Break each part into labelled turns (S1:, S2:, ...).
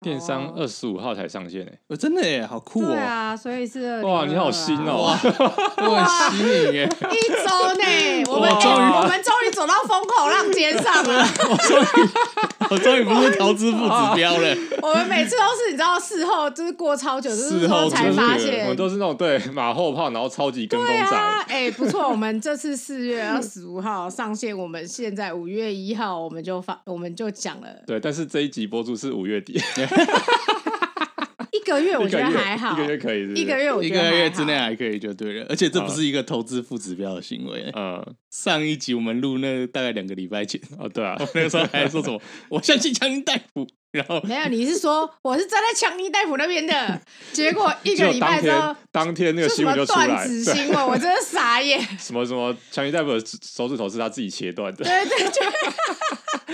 S1: 电
S2: 哦
S1: 商二十五号才上线诶、
S3: 呃真的耶，好酷
S2: 对
S3: 哦，
S2: 啊，所以是
S1: 哇，你好新
S2: 新
S1: 哦、
S3: 我很吸引耶，
S2: 一周内，我们
S1: 哇终于
S2: 我们终于走到风口浪尖 上了。
S3: 我终于不是投资副指标了，
S2: 我们每次都是你知道事后就是过超久，就是
S3: 事后
S2: 说
S3: 我
S2: 才
S1: 就是
S2: 发
S1: 我
S2: 现
S1: 们。都是那种对 马后炮，然后超级跟风
S2: 对
S1: 仔，
S2: 啊，哎、不错，我们这次四月二十五号上线，我们现在五月一号我们就发，我们就讲了
S1: 对，但是这一集播出是五月底，
S2: 一个月， 我
S1: 一
S2: 觉
S1: 个
S2: 得
S1: 月
S2: 还好，
S1: 一个月可以是不是
S2: 一个，哦月我
S3: 一
S2: 觉
S3: 个
S2: 得还好
S3: 月之内还可以就对了，而且这不是一个投资副指标的行为。
S1: 嗯，
S3: 上一集我们录那大概两个礼拜前，
S1: 哦对啊，
S3: 那个时候还说 什么我相信强尼大夫，然后
S2: 没有，你是说我是站在强尼大夫那边的，结果 一个
S1: 就
S2: 礼
S1: 当
S2: 拜之后
S1: 天。当天那个
S2: 是什
S1: 新闻
S2: 么
S1: 就出
S2: 断
S1: 来，
S2: 指
S1: 对，
S2: 新闻，我真的傻眼。
S1: 什么什么强尼大夫的手指头是他自己切断的，
S2: 对对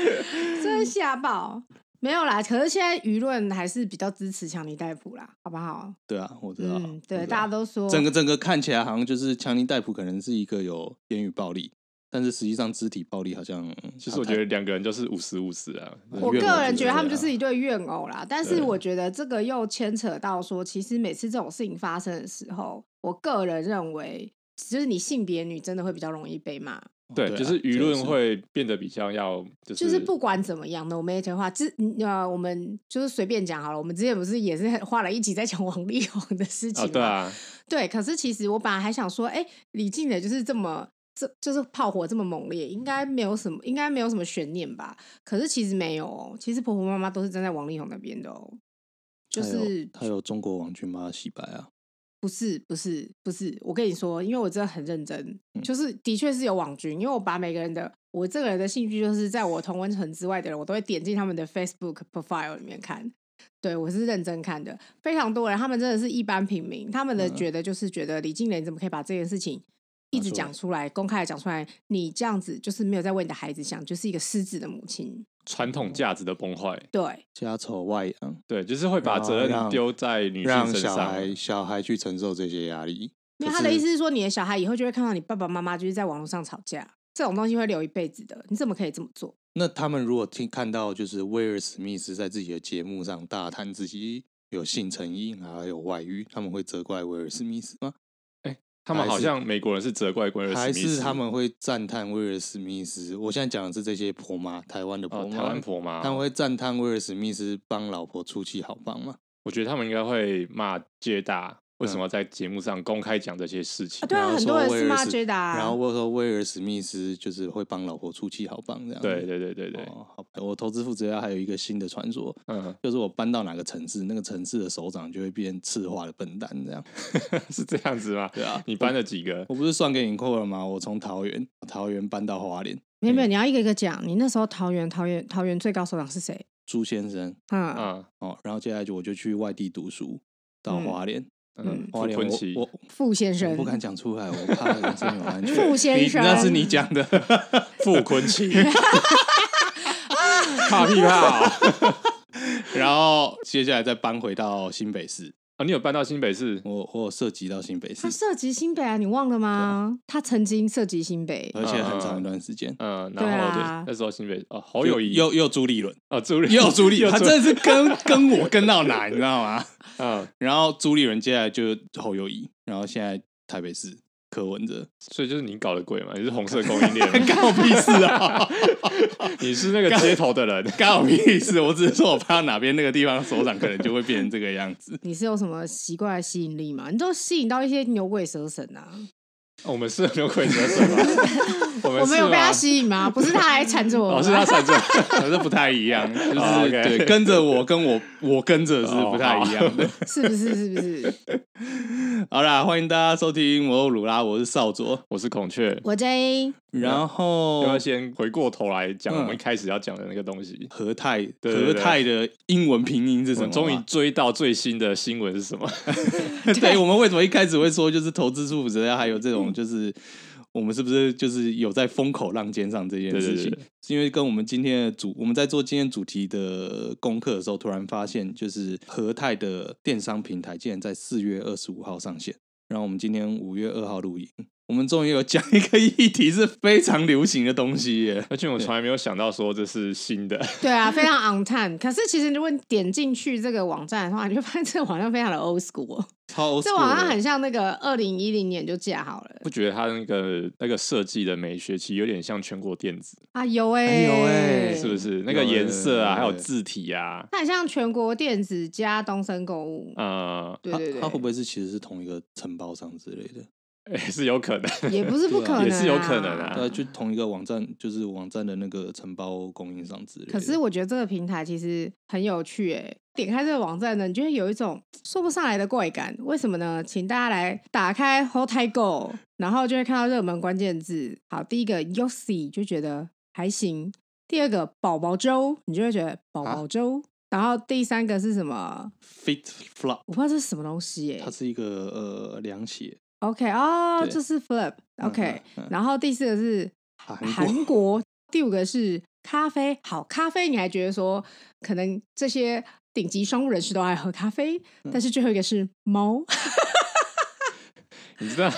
S2: 对， 真的吓爆。没有啦，可是现在舆论还是比较支持强尼戴普啦，好不好？
S3: 对啊，我知道，
S2: 嗯，对，
S3: 我知
S2: 大
S3: 道
S2: 家都说
S3: 整个整个看起来好像就是强尼戴普可能是一个有言语暴力，但是实际上肢体暴力好像
S1: 其实我觉得两个人就是五十五十啊，
S2: 我
S3: 怨偶
S2: 个人
S3: 之
S2: 觉得
S3: 类
S2: 他们
S3: 的
S2: 就
S3: 啊
S2: 是一对怨偶啦，但是我觉得这个又牵扯到说，其实每次这种事情发生的时候，我个人认为，就是你性别女真的会比较容易被骂，
S1: 对，
S3: 对啊
S1: 就是舆
S3: 这
S1: 论
S3: 个是
S1: 会变得比较要就是
S2: 就是不管怎么样的，我们也讲话，之呃，我们就是随便讲好了，我们之前不是也是花了一集在讲 王力宏的事情
S1: 啊，
S2: 吗？
S1: 对啊，
S2: 对，可是其实我本来还想说，哎、李静蕾就是这么这就是炮火这么猛烈，应该没有什么，应该没有什么悬念吧？可是其实没有哦，其实婆婆妈妈都是站在王力宏那边的哦，就
S3: 他有
S2: 是
S3: 他有中国网军把他洗白啊，
S2: 不是不是不是，我跟你说，因为我真的很认真，
S3: 嗯
S2: 就是的确是有网军，因为我把每个人的我这个人的兴趣，就是在我同温层之外的人，我都会点进他们的 Facebook profile 里面看。对我是认真看的，非常多人，他们真的是一般平民，他们的
S3: 嗯
S2: 觉得就是觉得李静蕾怎么可以把这件事情一
S3: 拿
S2: 直
S3: 出
S2: 讲
S3: 来
S2: 出来，公开的讲出来，你这样子就是没有在为你的孩子想，就是一个失职的母亲。
S1: 传统价值的崩坏，
S2: 对，
S3: 家丑外扬，
S1: 对，就是会把
S3: 然后
S1: 责任
S3: 让
S1: 丢在女性
S3: 让
S1: 身
S3: 小
S1: 上，
S3: 孩小孩去承受这些压力。
S2: 因为
S3: 可
S2: 他的意
S3: 是
S2: 思是说，你的小孩以后就会看到你爸爸妈妈就是在网络上吵架，这种东西会留一辈子的，你怎么可以这么做？
S3: 那他们如果听看到就是威尔史密斯在自己的节目上大谈自己有性成瘾还有外遇，他们会责怪威尔史密斯吗？
S1: 他们
S3: 还
S1: 好
S3: 是
S1: 像美国人是责怪龟儿
S3: 还
S1: 史密
S3: 是
S1: 斯，
S3: 他们会赞叹威尔史密斯？我现在讲的是这些婆妈，台湾的婆
S1: 哦
S3: 妈，
S1: 台湾婆妈
S3: 他，们会赞叹威尔史密斯帮老婆出气好棒吗？
S1: 我觉得他们应该会骂接大为
S3: 嗯
S1: 什么在节目上公开讲这些事
S2: 啊，
S1: 情，
S2: 对
S3: 然
S2: 啊，
S3: 后
S2: 很
S3: 说
S2: 多人
S3: 威
S2: 是
S3: 尔
S2: 骂
S3: 史
S2: J 的、啊，
S3: 然后我说威尔史密斯就是会帮老婆出气好棒这样子。
S1: 对对对对对，
S3: 哦，好吧，我投资负责要还有一个新的传说，
S1: 嗯，
S3: 就是我搬到哪个城市，那个城市的首长就会变赤化的笨蛋这样。
S1: 是这样子吗？
S3: 对啊，
S1: 你搬了几个？
S3: 我不是算给你过了吗？我从桃园，桃园搬到花莲，
S2: 没有没有，你要一个一个讲。你那时候桃园桃园桃园最高首长是谁？
S3: 朱先生
S2: 嗯，
S1: 啊，
S3: 哦，然后接下来就我就去外地读书，到
S2: 嗯
S3: 花莲，
S1: 嗯
S2: 嗯，
S3: 花
S1: 傅
S3: 莲
S1: 昆
S3: 我
S1: 奇
S3: 我
S2: 傅先
S3: 我
S2: 生
S3: 不，敢讲出来，我怕人身有安全。
S2: 傅
S3: 你
S2: 先生，
S3: 那是你讲的，
S1: 傅昆奇，怕屁 怕哦
S3: 然后接下来再搬回到新北市，
S1: 啊！你有搬到新北市？
S3: 我我有涉及到新北市
S2: 他，涉及新北啊，你忘了吗？他曾经涉及新 北，
S3: 而且很长一段时间。
S1: 嗯，
S2: 对
S1: 然后
S2: 啊
S1: 对那时候新北哦，侯友谊
S3: 又又朱立伦，
S1: 哦，朱立
S3: 又 朱立伦，他
S1: 他
S3: 真的是跟跟我跟到哪，你知道吗？
S1: 嗯，
S3: 然后朱立伦接下来就侯友谊，然后现在台北市柯文哲，
S1: 所以就是你搞的鬼嘛，你是红色供应链 嘛，
S3: 干我屁事啊！
S1: 你是那个街头的人，
S3: 干我屁事！我只是说我怕哪边那个地方首长可能就会变成这个样子。
S2: 你是有什么奇怪的吸引力吗？你都吸引到一些牛鬼蛇神啊！
S1: 哦我们是牛鬼蛇 神吗？我们
S2: 我
S1: 是
S2: 们有被他
S1: 吗
S2: 吸引吗？不是他来缠着我
S1: 哦，
S2: 们
S1: 是他
S2: 吗，
S1: 才这样。
S3: 啊 可是不太一样，就是、
S1: 哦，OK 哦
S3: 对跟着我跟我我跟着是不太一样的。
S2: 是不是？是不是？
S3: 好啦，欢迎大家收听摩欧鲁拉，我是少佐。
S1: 我是孔雀。
S2: 我 J，
S1: 嗯
S3: 然
S1: 要不要
S3: 后
S1: 先回过头来讲
S3: 嗯
S1: 我们一开始要讲的那个东西？
S3: 和泰
S1: 对对
S3: 和泰的英文拼音是
S1: 我
S3: 什么
S1: 们
S3: 啊？
S1: 终于追到最新的新闻是什么？
S3: 对我们为什么一开始会说就是投资祝福者，还有这种就是我们是不是就是有在风口浪尖上这件事
S1: 对
S3: 情
S1: 对？
S3: 是因为跟我们今天的主我们在做今天主题的功课的时候，突然发现就是和泰的电商平台竟然在四月二十五号上线，然后我们今天五月二号录影。我们终于有讲一个议题是非常流行的东西耶。
S1: 而且我从来没有想到说这是新 的，
S2: 对啊，非常 on time。可是其实如果你点进去这个网站的话，你就发现这个网站非常的 old school，哦
S3: 超
S2: 这网站很像那个二零一零年就架好了
S1: 不觉得它那个那个设计的每学期有点像全国电子，
S2: 啊，有哎、
S3: 哎有欸
S1: 是不是？那个颜色啊，
S3: 有
S1: 还有字体啊，
S2: 它很像全国电子加东森购物，
S1: 呃，
S2: 对
S3: 它
S2: 对
S3: 它
S2: 对
S3: 会不，会是其实是同一个承包商之类的？
S1: 也是有可能。
S2: 也不是不
S3: 对啊
S2: 可能、啊，
S1: 也是有可能啊
S3: 对啊，就同一个网站，就是网站的那个承包供应商之类的。
S2: 可是我觉得这个平台其实很有趣诶、欸点开这个网站呢，你就会有一种说不上来的怪感。为什么呢？请大家来打开 h o t i Go，然后就会看到热门关键字。好，第一个 Yosi 就觉得还行，第二个宝宝粥，你就会觉得宝
S3: 啊
S2: 宝粥。然后第三个是什么？
S3: Fit Flop，
S2: 我不知道这是什么东西欸耶、
S3: 它是一个呃凉鞋，
S2: OK，哦，
S3: 对
S2: 这是 Flip。OK，、
S3: 嗯嗯嗯啊
S2: 然后第四个是
S3: 韩国
S2: 韩国，第五个是咖啡。好，咖啡你还觉得说可能这些顶级商务人士都爱喝咖啡，
S3: 嗯
S2: 但是最后一个是猫，
S1: 你知道，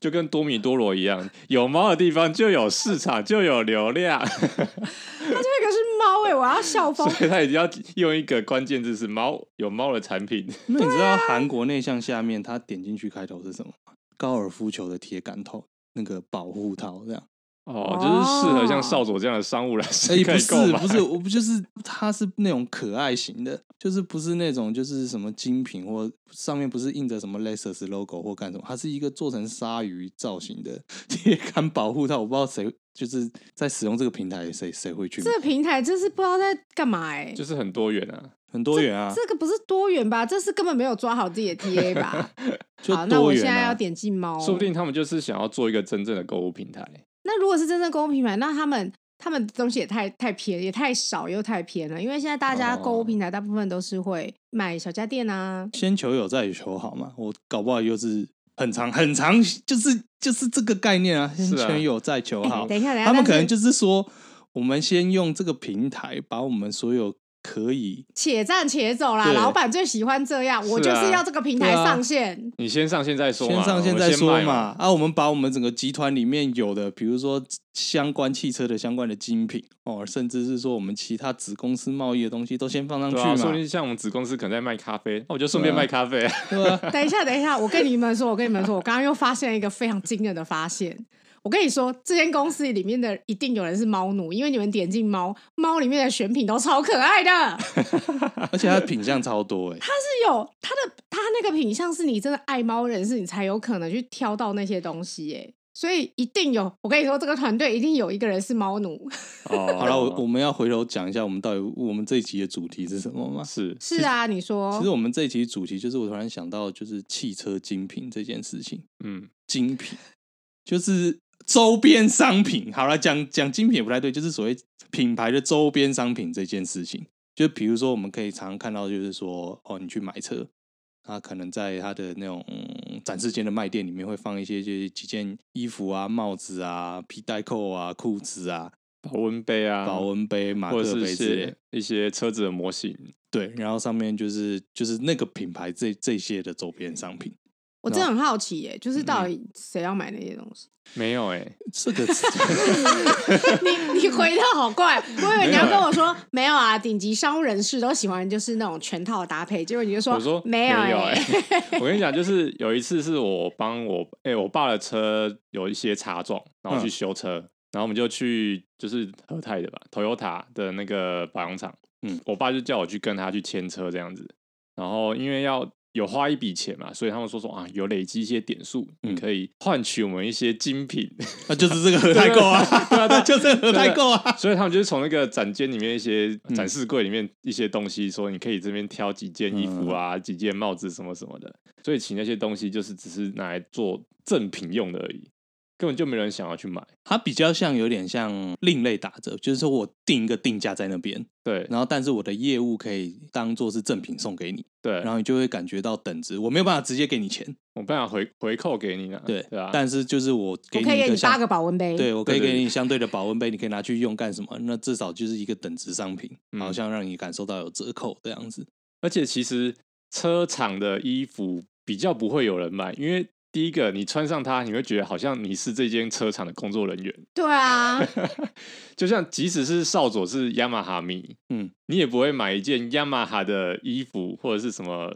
S1: 就跟多米多罗一样，有猫的地方就有市场，就有流量，
S2: 它最后一个是猫哎、我要笑疯
S1: 所。以他一定要用一个关键字是猫，有猫的产品。
S3: 那你知
S2: 啊
S3: 道韩国内向下面，它点进去开头是什么吗？高尔夫球的铁杆头，那个保护套这样。
S1: 哦，就是适合
S2: 哦
S1: 像少佐这样的商务人士
S3: 哎、
S1: 可
S3: 不
S1: 以购
S3: 是
S1: 买。
S3: 不是，我不就是它是那种可爱型的，就是不是那种就是什么精品或上面不是印着什么 Lexus logo 或干什么，它是一个做成鲨鱼造型的 铁杆保护套。我不知道谁就是在使用这个平台，谁谁会去买
S2: 这个平台真是不知道在干嘛哎、
S1: 就是很多元啊，
S3: 很多元啊，
S2: 这个不是多元吧？这是根本没有抓好自己的 TA 吧？
S3: 就
S2: 好，那
S3: 多
S2: 我
S3: 元
S2: 现在
S3: 啊
S2: 要。点进猫。
S1: 说不定他们就是想要做一个真正的购物平台。
S2: 那如果是真正购物平台，那他们他们的东西也太太偏，也太少又太偏了。因为现在大家购物
S1: 哦
S2: 平台大部分都是会买小家电啊，
S3: 先求有再求好嘛，我搞不好又是很长很长，就是就是这个概念啊，先
S1: 是啊
S3: 求有再求
S2: 哎
S3: 好。
S2: 等一下，等一下，
S3: 他们
S2: 但
S3: 可能
S2: 是
S3: 就是说，我们先用这个平台把我们所有可以
S2: 且战且走啦。
S3: 对
S2: 老板最喜欢这样，我
S1: 是
S2: 就是
S1: 啊
S2: 要这个平台
S3: 对啊
S2: 上 线。
S1: 你先上线再说嘛，
S3: 先上线
S1: 啊我
S3: 再
S1: 们
S3: 说
S1: 卖
S3: 嘛。啊，我们把我们整个集团里面有的，比如说相关汽车的相关的精品哦，甚至是说我们其他子公司贸易的东西都先放上去
S1: 对啊，说不
S3: 嘛，
S1: 定像我们子公司可能在卖咖啡，那我就顺便
S3: 对啊
S1: 卖咖啡 啊。
S3: 对啊，
S2: 等一下，等一下，我跟你们说，我跟你们说，我刚刚又发现一个非常惊人的发现。我跟你说，这间公司里面的一定有人是猫奴，因为你们点进猫猫里面的选品都超可爱的。
S3: 而且它品相超多哎、
S2: 是有它的它那个品相，是你真的爱猫人士，你才有可能去挑到那些东西耶。所以一定有，我跟你说，这个团队一定有一个人是猫奴。
S1: 哦，
S3: 好了，我我们要回头讲一下，我们到底我们这一集的主题是什么吗？
S1: 是
S2: 是啊，你说
S3: 其实我们这一集主题就是我突然想到，就是汽车精品这件事情，
S1: 嗯，
S3: 精品就是周边商品。好了，讲讲精品也不太对，就是所谓品牌的周边商品这件事情。就比如说，我们可以常常看到，就是说，哦，你去买车，它可能在它的那种、嗯展示间的卖店里面会放一些就是几件衣服啊、帽子啊、皮带扣啊、裤子啊、
S1: 保温杯啊，
S3: 保温杯、马
S1: 或者
S3: 克
S1: 是一
S3: 杯之类的
S1: 些。一些车子的模型，
S3: 对，然后上面就是就是那个品牌这这些的周边商品，
S2: 我真的很好奇耶，就是啊到底谁要买那些东西？
S1: 没有哎，
S3: 这个
S2: 你你回的好怪，我以为你
S1: 没有
S2: 要
S1: 耶
S2: 跟我说没有啊，顶级商务人士都喜欢就是那种全套搭配，结果你就说
S1: 我说
S2: 没
S1: 有
S2: 有欸耶
S1: 哎、我跟你讲，就是有一次是我帮我哎、我爸的车有一些擦撞，然后去
S3: 嗯
S1: 修车，然后我们就去就是和泰的吧，Toyota 的那个保养厂，
S3: 嗯
S1: 嗯，我爸就叫我去跟他去签车这样子，然后因为要。有花一笔钱嘛，所以他们说说啊，有累积一些点数，
S3: 嗯
S1: 你可以换取我们一些精品，
S3: 那啊就是这个和泰购
S1: 对啊对
S3: 啊，
S1: 啊
S3: 就这个和泰购啊，
S1: 所以他们就是从那个展间里面一些
S3: 嗯
S1: 展示柜里面一些东西，说你可以这边挑几件衣服
S3: 嗯
S1: 啊、几件帽子什么什么的。所以请那些东西就是只是拿来做赠品用的而已，根本就没人想要去买。
S3: 它比较像有点像另类打折，就是说我定一个定价在那边，
S1: 对
S3: 然后但是我的业务可以当做是赠品送给你，
S1: 对，
S3: 然后你就会感觉到等值，我没有办法直接给你钱，
S1: 我办法回回扣给你呢。
S3: 对，
S1: 对啊，
S3: 但是就是我给
S2: 我
S3: 你
S2: 可以
S3: 一
S2: 给
S3: 个
S2: 你八
S3: 相
S2: 个。保温杯，
S3: 对，我可以
S1: 对对
S3: 给
S1: 对
S3: 你相对的保温杯，你可以拿去用干什么？那至少就是一个等值商品，
S1: 嗯
S3: 好像让你感受到有折扣这样子。
S1: 而且其实车厂的衣服比较不会有人买，因为第一个，你穿上它，你会觉得好像你是这间车厂的工作人员，
S2: 对啊，
S1: 就像即使是少佐是雅马哈迷，
S3: 嗯，
S1: 你也不会买一件雅马哈的衣服或者是什么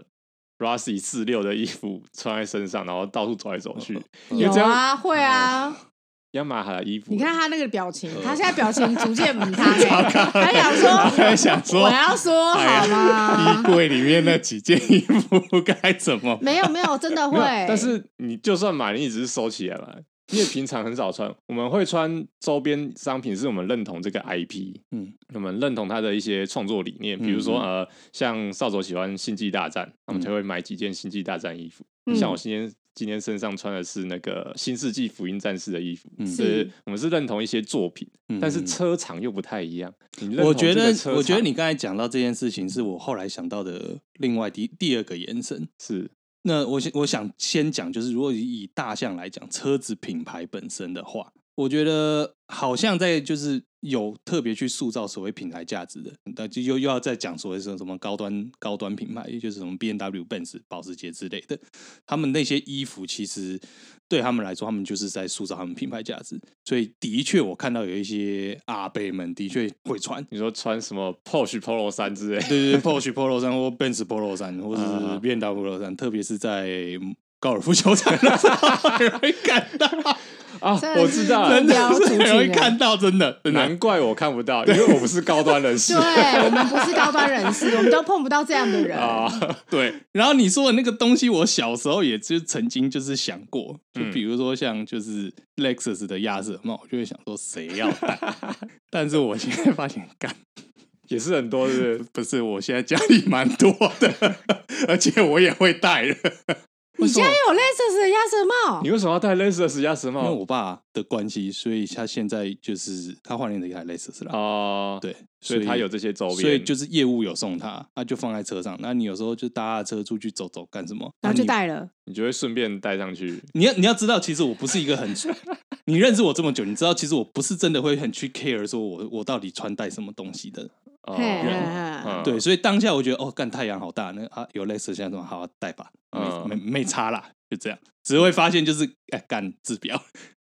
S1: Rossi 四六的衣服穿在身上，然后到处走来走去。因为
S2: 有
S1: 这样
S2: 啊，会啊。
S1: 雅马哈的衣服，
S2: 你看他那个表情，他现在表情逐渐母汤欸，他想
S3: 我
S2: 说
S3: 在想说哎
S2: 我，要说好吗？
S3: 衣柜里面那几件衣 服该怎么办？
S2: 没有没有，真的
S1: 没
S2: 会
S1: 有，，但是你就算买，你也只是收起来嘛，因为平常很少穿。我们会穿周边商品，是我们认同这个 IP，
S3: 嗯，
S1: 我们认同他的一些创作理念，比如说、呃，像少佐喜欢《星际大战》，他
S3: 嗯
S1: 们才会买几件《星际大战》衣服。
S2: 嗯
S1: 像我今天今天身上穿的是那个《新世纪福音战士》的衣服，
S3: 嗯
S1: 是我们是认同一些作品，
S3: 嗯
S1: 但是车厂又不太一样。你认同
S3: 我觉
S1: 这
S3: 得
S1: 个车，厂
S3: 我觉得你刚才讲到这件事情，是我后来想到的另外第第二个延伸。
S1: 是
S3: 那我先我想先讲，就是如果以大象来讲，车子品牌本身的话，我觉得好像在就是有特别去塑造所谓品牌价值的，那就又又要再讲所谓什么什么高端高端品牌，也就是什么 B N W、Benz、保时捷之类的，他们那些衣服其实对他们来说，他们就是在塑造他们品牌价值。所以的确，我看到有一些阿贝们的确会穿，
S1: 你说穿什么 Porsche Polo 三之 类，
S3: 对对对，Porsche Polo 衫或 Benz Polo 衫，或者
S1: 啊
S3: 是 B N W Polo 衫，特别是在高尔夫球场的时候，很容易看到，
S1: 啊
S2: 真，的
S1: 我
S2: 是
S1: 知道了
S3: 真
S2: 真。的
S3: 的是很容易
S2: 了
S3: 看到，真的真的。
S1: 难怪我看不到，因为我不是高端人 士
S2: 对我们不是高端人士，我们都碰不到这样的人。
S1: 啊。
S3: 对，然后你说的那个东西，我小时候也就曾经就是想过，就
S1: 嗯
S3: 比如说像就是 Lexus 的亚瑟帽，我就会想说谁要 戴，但是我现在发现，干
S1: 也是很多是不是
S3: 不是，我现在家里蛮 多
S1: 哦
S3: 的，而且我也会戴了，
S2: 你家有 Lexus 的鸭舌帽
S1: 你？为什么要戴 Lexus 鸭舌
S3: 因为
S1: 帽？
S3: 我爸的关系，所以他现在就是他换了一台 Lexus 啦，
S1: 哦，，
S3: 对，
S1: 所以他有这些周边，
S3: 所以就是业务有送他，他就放在车上。那你有时候就搭他车出去走走干什么？
S2: 然后就
S3: 你。
S2: 戴了，
S1: 你就会顺便戴上去。
S3: 你要你要知道，其实我不是一个很， 你认识我这么久，你知道其实我不是真的会很去 care 说我我到底穿戴什么东西的。
S1: 哦
S2: 嘿嘿
S1: 嗯
S2: 嘿
S3: 对，所以当下我觉得哦，干太阳好大，那啊有 Lexus 现在说好好戴吧，没、
S1: 嗯
S3: 没没差啦，就这样。只会发现就是哎干治标，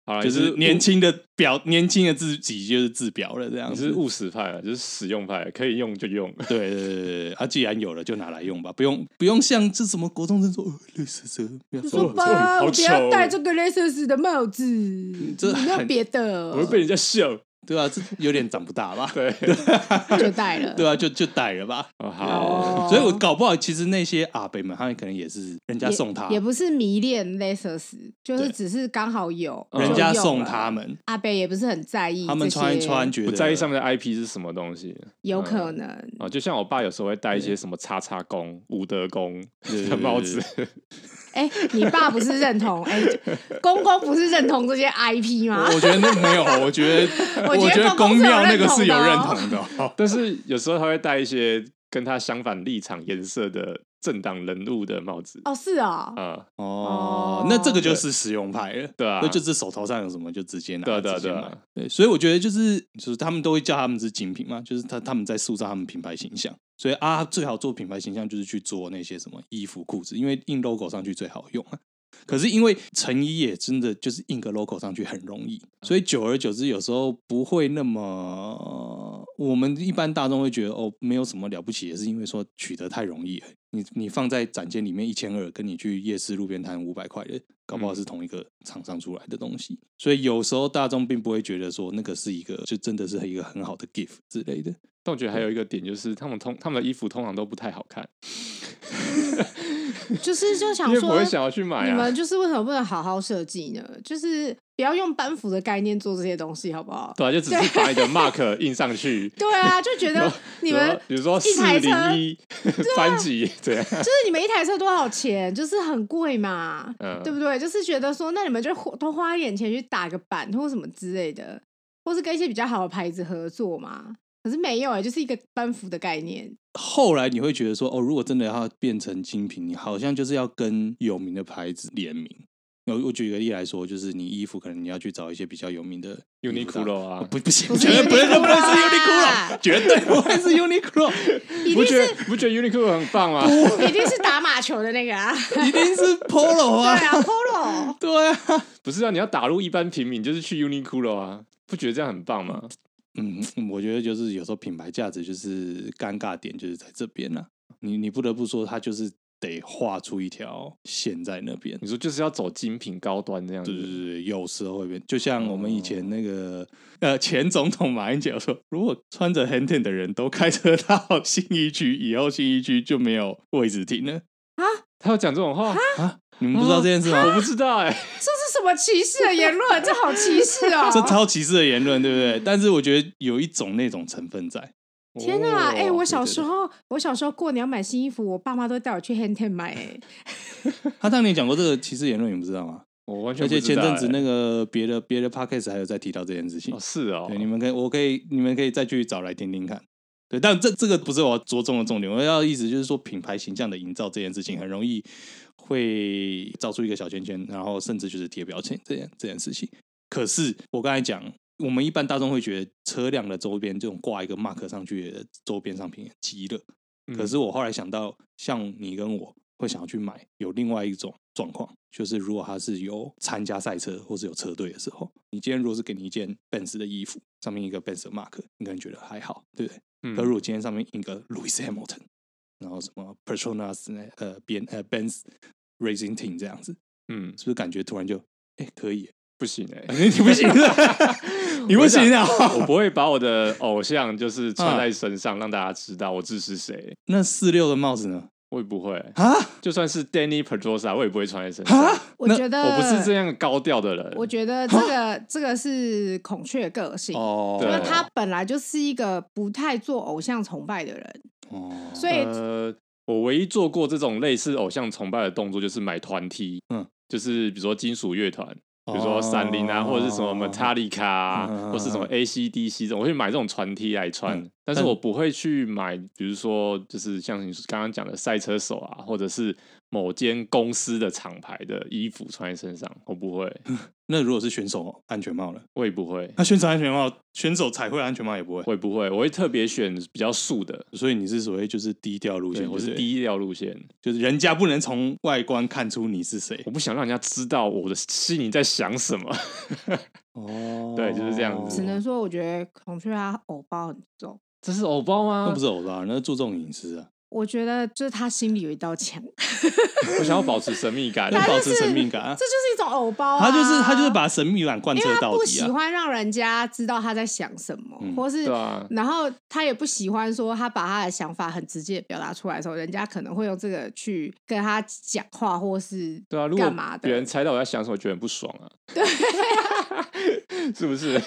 S1: 好了，
S3: 就
S1: 你
S3: 是
S1: 是
S3: 年
S1: 务，
S3: 轻的表年轻的自己就是治标了这样
S1: 你
S3: 子。
S1: 是务实派啊，就是实用派，可以用就用。
S2: 呃
S3: 对对对对对，啊，既然有了就拿来用吧，不用不用像这什么国中生说呃类似这个，不要
S2: 就
S3: 说
S2: 说
S1: 说
S3: 我
S2: 爸，
S1: 好
S2: 我不要
S1: 丑
S2: 戴这个 Lexus 的帽子，
S3: 哦这
S2: 你要
S3: 很
S2: 别的
S1: 我，会被人家笑。
S3: 对啊，这有点长不大吧？
S1: 对，
S2: 就戴了。
S3: 对啊，就就逮了吧。
S1: 哦好，
S2: 哦，
S3: 所以我搞不好其实那些阿北们，他们可能也是人家送他，
S2: 也不是迷恋 Lexus，就是
S3: 对
S2: 只是刚好有
S1: 嗯
S3: 人家
S2: 就用
S3: 送
S2: 了
S3: 他们，
S2: 阿北也不是很在意，
S3: 他们穿一穿，觉得
S1: 不在意上面的 IP 是什么东西
S2: 有可能。
S1: 哦，就像我爸有时候会戴一些什么叉叉弓、武德弓
S3: 对
S1: 的帽子，
S2: 哎，你爸不是认同？哎，公公不是认同这些 IP 吗
S3: 我。？我觉得那没有，我觉得
S2: 啊 我觉得
S3: 觉得
S2: 公公
S3: 公
S2: 是有
S3: 庙那个是有认
S2: 认
S3: 同
S2: 同
S3: 的哦。
S1: 但是有时候他会戴一些跟他相反立场颜色的政党人物的帽子。
S2: 哦，是哦，
S1: 啊，
S3: 哦
S2: 哦，
S3: 那这个就是实用派了，
S1: 对啊
S3: 那就是手头上有什么就直接拿，
S1: 对啊对啊
S3: 直接
S1: 对啊
S3: 买对，所以我觉得就是就是他们都会叫他们是精品嘛，就是他他们在塑造他们品牌形象，所以啊，最好做品牌形象就是去做那些什么衣服、裤子，因为印 logo 上去最好用啊。可是因为成衣也真的就是印个 logo 上去很容易，所以久而久之有时候不会那么，我们一般大众会觉得哦，没有什么了不起，也是因为说取得太容易了。你你放在展间里面一千二，跟你去夜市路边摊五百块的，搞不好是同一个厂商出来的东西。所以有时候大众并不会觉得说那个是一个就真的是一个很好的 gift 之类的。
S1: 但我觉得还有一个点就是，他们通他们的衣服通常都不太好看，
S2: 就是就想
S1: 因为
S2: 说，
S1: 不会想要去买
S2: 你
S1: 啊
S2: 们。就是为什么不能好好设计呢？就是不要用班服的概念做这些东西，好不好？
S1: 对啊，就只是把你的 mark 印上去。
S2: 对啊，就觉得 你
S1: 比如
S2: 们
S1: 说比如说
S2: 一
S1: 四
S2: 台车啊
S1: 零 一班级怎样？
S2: 就是你们一台车多少钱，就是很贵嘛，
S1: 嗯
S2: 对不对？就是觉得说，那你们就花多花一点钱去打个版或什么之类的，或是跟一些比较好的牌子合作嘛。可是没有哎、就是一个班服的概念，
S3: 后来你会觉得说，哦，如果真的要变成精品，你好像就是要跟有名的牌子联名。我我举个例来说，就是你衣服可能你要去找一些比较有名的衣服大
S1: Uniqlo 啊
S3: 哦不不行，
S2: 不是
S3: 绝对不能
S2: Uniqlo 啊
S3: 不能是
S2: 啦
S3: Uniqlo，绝对不会是 Uniqlo。
S2: 一
S1: 不
S2: 定
S1: 觉
S2: 是
S1: 得不觉得 Uniqlo 很棒吗？
S2: 一定是打马打球的那个 啊，
S3: 一定是 Polo
S2: 对
S3: 啊，
S2: 啊，Polo，
S3: 对啊，
S1: 不是啊，你要打入一般平民，就是去 Uniqlo 啊，不觉得这样很棒吗？
S3: 嗯，我觉得就是有时候品牌价值就是尴尬点就是在这边了、你你不得不说，它就是得画出一条线在那边
S1: 你。说就是要走精品高端这样子，
S3: 对对对对，有时候会变，就像我们以前
S1: 哦
S3: 那个、呃前总统马英九说，如果穿着 Henten 的人都开车到 信义区，以后信义区就没有位置停了。
S1: 他要讲这种话，
S3: 你们不知道这件事吗？
S1: 我不知道哎、
S2: 这是什么歧视的言论？这好歧视哦！
S3: 这超歧视的言论，对不对？但是我觉得有一种那种成分在，
S2: 天哪！哎、
S1: 哦
S2: 我小
S3: 对对
S2: 时候，我小时候过年要买新衣服，我爸妈都带我去 Henten 买、哎，
S3: 他当年讲过这个歧视言论，你们知道吗？
S1: 我完全
S3: 而
S1: 不
S3: 且
S1: 知
S3: 前
S1: 道
S3: 阵子
S1: 哎
S3: 那个别的别的 podcast 还有在提到这件事情
S1: 哦，是哦，
S3: 对，你们可以，我可以，你们可以再去找来听听看。对，但这这个不是我要着重的重点，我要意思就是说，品牌形象的营造这件事情很容易会造出一个小圈圈，然后甚至就是贴标签这件这件事情。可是我刚才讲，我们一般大众会觉得车辆的周边这种挂一个 mark 上去的周边商品很鸡肋，
S1: 嗯
S3: 可是我后来想到，像你跟我会想要去买，有另外一种状况，就是如果他是有参加赛车或是有车队的时候，你今天如果是给你一件 Benz 的衣服，上面一个 Benz 的 mark，你可能觉得还好，对不对？
S1: 嗯
S3: 可如果今天上面印个 Lewis Hamilton，然后什么 Petronas 呢？呃，Ben 呃 Benz Racing Team 这样子，
S1: 嗯
S3: 是不是感觉突然就哎可以？
S1: 不行哎、
S3: 你 不行， 你不行啊！嗯
S1: 我不会把我的偶像就是穿在身上，让大家知道我支持谁，
S3: 那四六的帽子呢？
S1: 我也不会。
S3: 啊
S1: 就算是 Danny Pedrosa，我也不会穿在身上。
S3: 啊！
S2: 我
S3: 那
S2: 觉得
S1: 我不是这，样高调的人。
S2: 我觉得这个 这个是孔雀个性。
S3: 哦，
S2: 因
S1: 对
S2: 为他本来就是一个不太做偶像崇拜的人，
S3: 哦，
S2: 所以
S1: 呃，我唯一做过这种类似偶像崇拜的动作，就是买团 T，
S3: 嗯，
S1: 就是比如说金属乐团，比如说闪灵啊，
S3: 哦
S1: 或者是什么 Metallica 啊，
S3: 嗯嗯嗯
S1: 或是什么 AC/DC 这种，我会买这种团 T 来穿，
S3: 嗯
S1: 但是我不会去买，比如说就是像你刚刚讲的赛车手啊，或者是某间公司的厂牌的衣服穿在身上，我不会，
S3: 那如果是选手安全帽呢？
S1: 我也不会，
S3: 那选手安全帽，选手彩绘安全帽也不会。
S1: 我也不会，我会特别选比较素的，
S3: 所以你是所谓就是低调路
S1: 对，
S3: 线，
S1: 我是
S3: 对
S1: 低调路线，
S3: 就是人家不能从外观看出你是谁
S1: 我。不想让人家知道我的心里在想什么。
S3: 哦
S1: 对就是这样子
S2: 只能说我觉得孔雀他偶包很重。
S1: 这是偶包吗
S3: 那不是偶吧？那是注重隐私啊，
S2: 我觉得就是他心里有一道墙，
S1: 我想要保持神秘感，
S3: 要
S2: 他
S3: 保
S2: 就
S3: 持
S2: 是
S3: 神秘感啊
S2: 这。就是一种偶包、啊。
S3: 他就是他就是把神秘感贯
S2: 因
S3: 彻
S2: 为他
S3: 到
S2: 不
S3: 底
S2: 喜
S3: 啊。
S2: 欢让人家知道他在想什么，
S3: 嗯
S2: 或是、
S1: 对啊
S2: 然后他也不喜欢说他把他的想法很直接地表达出来的时候，人家可能会用这个去跟他讲话，或是
S1: 对啊，如果
S2: 干嘛
S1: 别
S2: 的
S1: 人。猜到我在想什么，觉得很不爽啊。对， 是不是？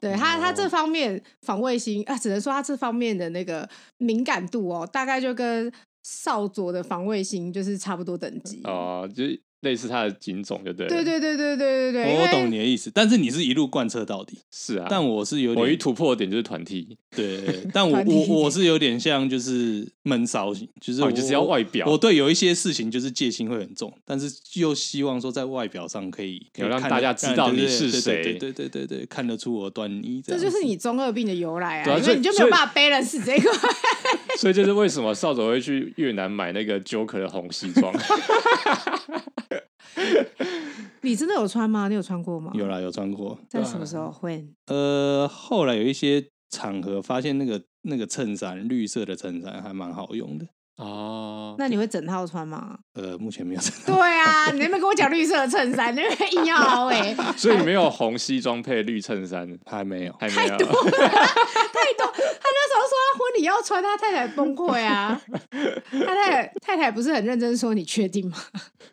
S2: 对他他
S1: 哦
S2: 这方面防卫心啊，只能说他这方面的那个敏感度哦，大概就跟少佐的防卫心就是差不多等级。
S1: 哦、就是类似他的警种，就对。哦
S2: 对，对对对对对对，
S3: 我
S2: 因
S3: 懂
S2: 为
S3: 你的意思，但是你是一路贯彻到底，
S1: 是啊。
S3: 但我是有
S1: 唯一
S3: 点
S1: 突破的点就是团体，
S3: 对，但我
S2: 团
S3: 我
S2: 体
S3: 我是有点像就是闷骚型，就是
S1: 哦
S3: 我
S1: 你就是要外表
S3: 我对有一些事情就是戒心会很重，但是又希望说在外表上可以可以
S1: 有让
S3: 看得
S1: 大家知道
S3: 看得
S1: 你是
S3: 对
S1: 谁
S3: 对对对对对对，看得出我端倪，
S2: 这
S3: 样
S2: 就是
S3: 子
S2: 你中二病的由来
S1: 对
S2: 啊，
S1: 啊
S2: 因
S1: 所以
S2: 为你就没
S1: 所以
S2: 有办法 balance 这一块。
S1: 所以这是为什么少佐会去越南买那个 Joker 的红西 装。
S2: 你真的有穿吗？你有穿过吗？
S3: 有啦有穿过，
S2: 在什么时
S1: 啊
S2: 候会？
S3: 呃，后来有一些场合发现那个那个衬衫绿色的衬衫还蛮好用的，
S1: 哦，
S2: 那你会整套穿吗？
S3: 呃，目前没有
S2: 对啊，你那边跟我讲绿色的衬衫，那边硬要凹 哎、
S1: 所以没有红西装配绿衬衫，
S3: 还没有，
S1: 还没有。
S2: 太多。他那时候说他婚礼要穿，他太太崩溃 啊。他太太太太不是很认真说你确定吗？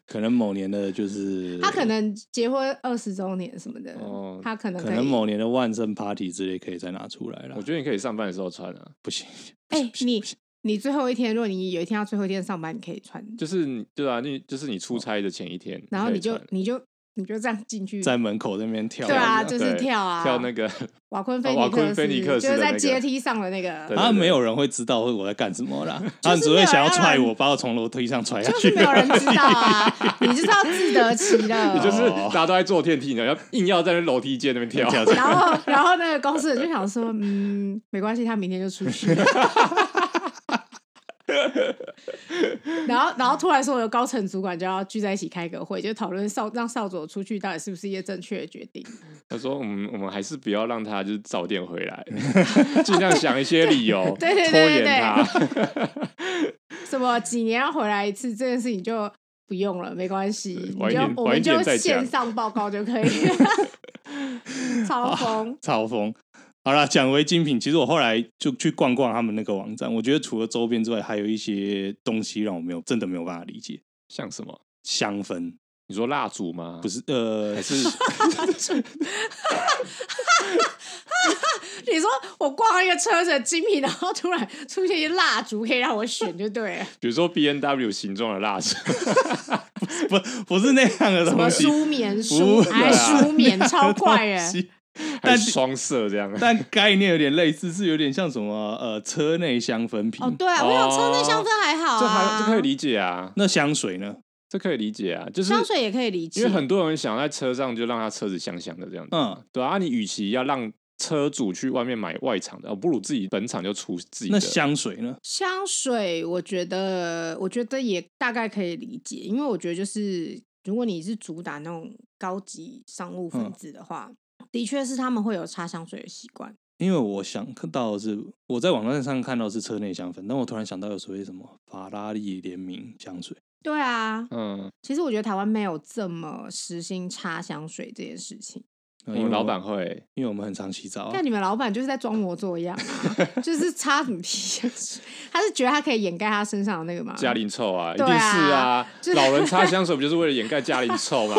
S3: 可能某年的就是
S2: 他可能结婚二十周年什么的，
S1: 哦
S2: 他可能
S3: 可
S2: 可以。
S3: 能某年的万圣 party 之类可以再拿出来了
S1: 我，觉得你可以上班的时候穿啊，
S3: 不行，
S2: 哎、你你最后一天，如果你有一天要最后一天上班，你可以穿，
S1: 就是你对啊，你就是你
S3: 哦
S1: 出差的前一天可以穿，
S2: 然后你就你就你就这样进去。
S3: 在门口那边跳舞
S2: 对
S3: 这样，
S2: 啊就是
S1: 对
S2: 跳啊
S1: 跳那个
S2: 瓦昆菲
S1: 哦瓦
S2: 尼
S1: 昆
S2: 克
S1: 菲
S2: 斯，
S1: 尼克斯
S2: 就是
S1: 的那
S2: 在
S1: 个
S2: 阶梯上的那个
S1: 对，
S3: 啊，没有人会知道我在干什么 啦，他们
S2: 就是
S3: 只会想要
S2: 没有人
S3: 踹我，把我从楼梯上踹下
S2: 就
S3: 去
S2: 是。没有人知 道啊，你知道自得其乐。
S1: 你就是
S3: 哦
S1: 大家都在坐电梯，然后硬要在那楼梯间那边跳，
S3: 跳
S2: 然后，然后那个公司人就想说，嗯，没关系，他明天就出去。然后，然后突然说，我的高层主管就要聚在一起开个会，就讨论少让少佐出去到底是不是一个正确的决定。
S1: 他说：“嗯，我们还是不要让他就是早点回来，尽量想一些理由
S2: 对对
S1: 拖
S2: 对对
S1: 延
S2: 对
S1: 他。
S2: 什么几年要回来一次这件事情就不用了，没关系，
S1: 对
S2: 你
S1: 晚一
S2: 就
S1: 点
S2: 我
S1: 晚一
S2: 们
S1: 点
S2: 就
S1: 再讲
S2: 线上报告就可以。 超
S1: 啊
S2: 疯，
S3: 嘲讽。好了，讲回精品，其实我后来就去逛逛他们那个网站，我觉得除了周边之外，还有一些东西让我没有真的没有办法理解。
S1: 像什么？
S3: 香氛
S1: 你说蜡烛吗？
S3: 不
S1: 是，
S3: 是 呃
S1: 还，是
S2: 你说我逛了一个车子的精品，然后突然出现一些蜡烛可以让我选，就对了，
S1: 比如说 B N W 形状的蜡烛，
S3: 不不是那样的
S2: 什么
S3: 东西，
S2: 舒眠
S3: 不
S2: 书，
S3: 是
S2: 还
S3: 啊
S2: 舒眠，超 怪耶、
S3: 那个东西
S1: 还
S3: 但
S1: 是双色这样？
S3: 但概念有点类似，是有点像什么呃车内香氛瓶。
S2: 哦，对啊，我想车内香氛还好
S1: 这还
S2: 啊，
S1: 这可以理解啊，
S3: 那香水呢？
S1: 这可以理解啊，就是
S2: 香水也可以理解，
S1: 因为很多人想在车上就让他车子香香的这样子。
S3: 嗯，
S1: 对啊，你与其要让车主去外面买外厂的，哦不如自己本厂就出自己的。
S3: 那香水呢？
S2: 香水，我觉得，我觉得也大概可以理解，因为我觉得就是，如果你是主打那种高级商务分
S3: 嗯
S2: 子的话，的确是他们会有擦香水的习惯。
S3: 因为我想看到的是我在网站上看到的是车内香氛，但我突然想到有所谓什么法拉利联名香水，
S2: 对啊，
S1: 嗯，
S2: 其实我觉得台湾没有这么实行擦香水这件事情。
S1: 我
S3: 呃因为
S1: 们老板会，
S3: 因为我们很常洗澡、啊
S2: 但，你们老板就是在装模作样啊，就是擦什么屁香水？他是觉得他可以掩盖他身上的那个吗？
S1: 家庭臭啊，一
S2: 对
S1: 定
S2: 啊
S1: 是啊。
S2: 就是
S1: 老人擦香水不就是为了掩盖家庭臭 吗？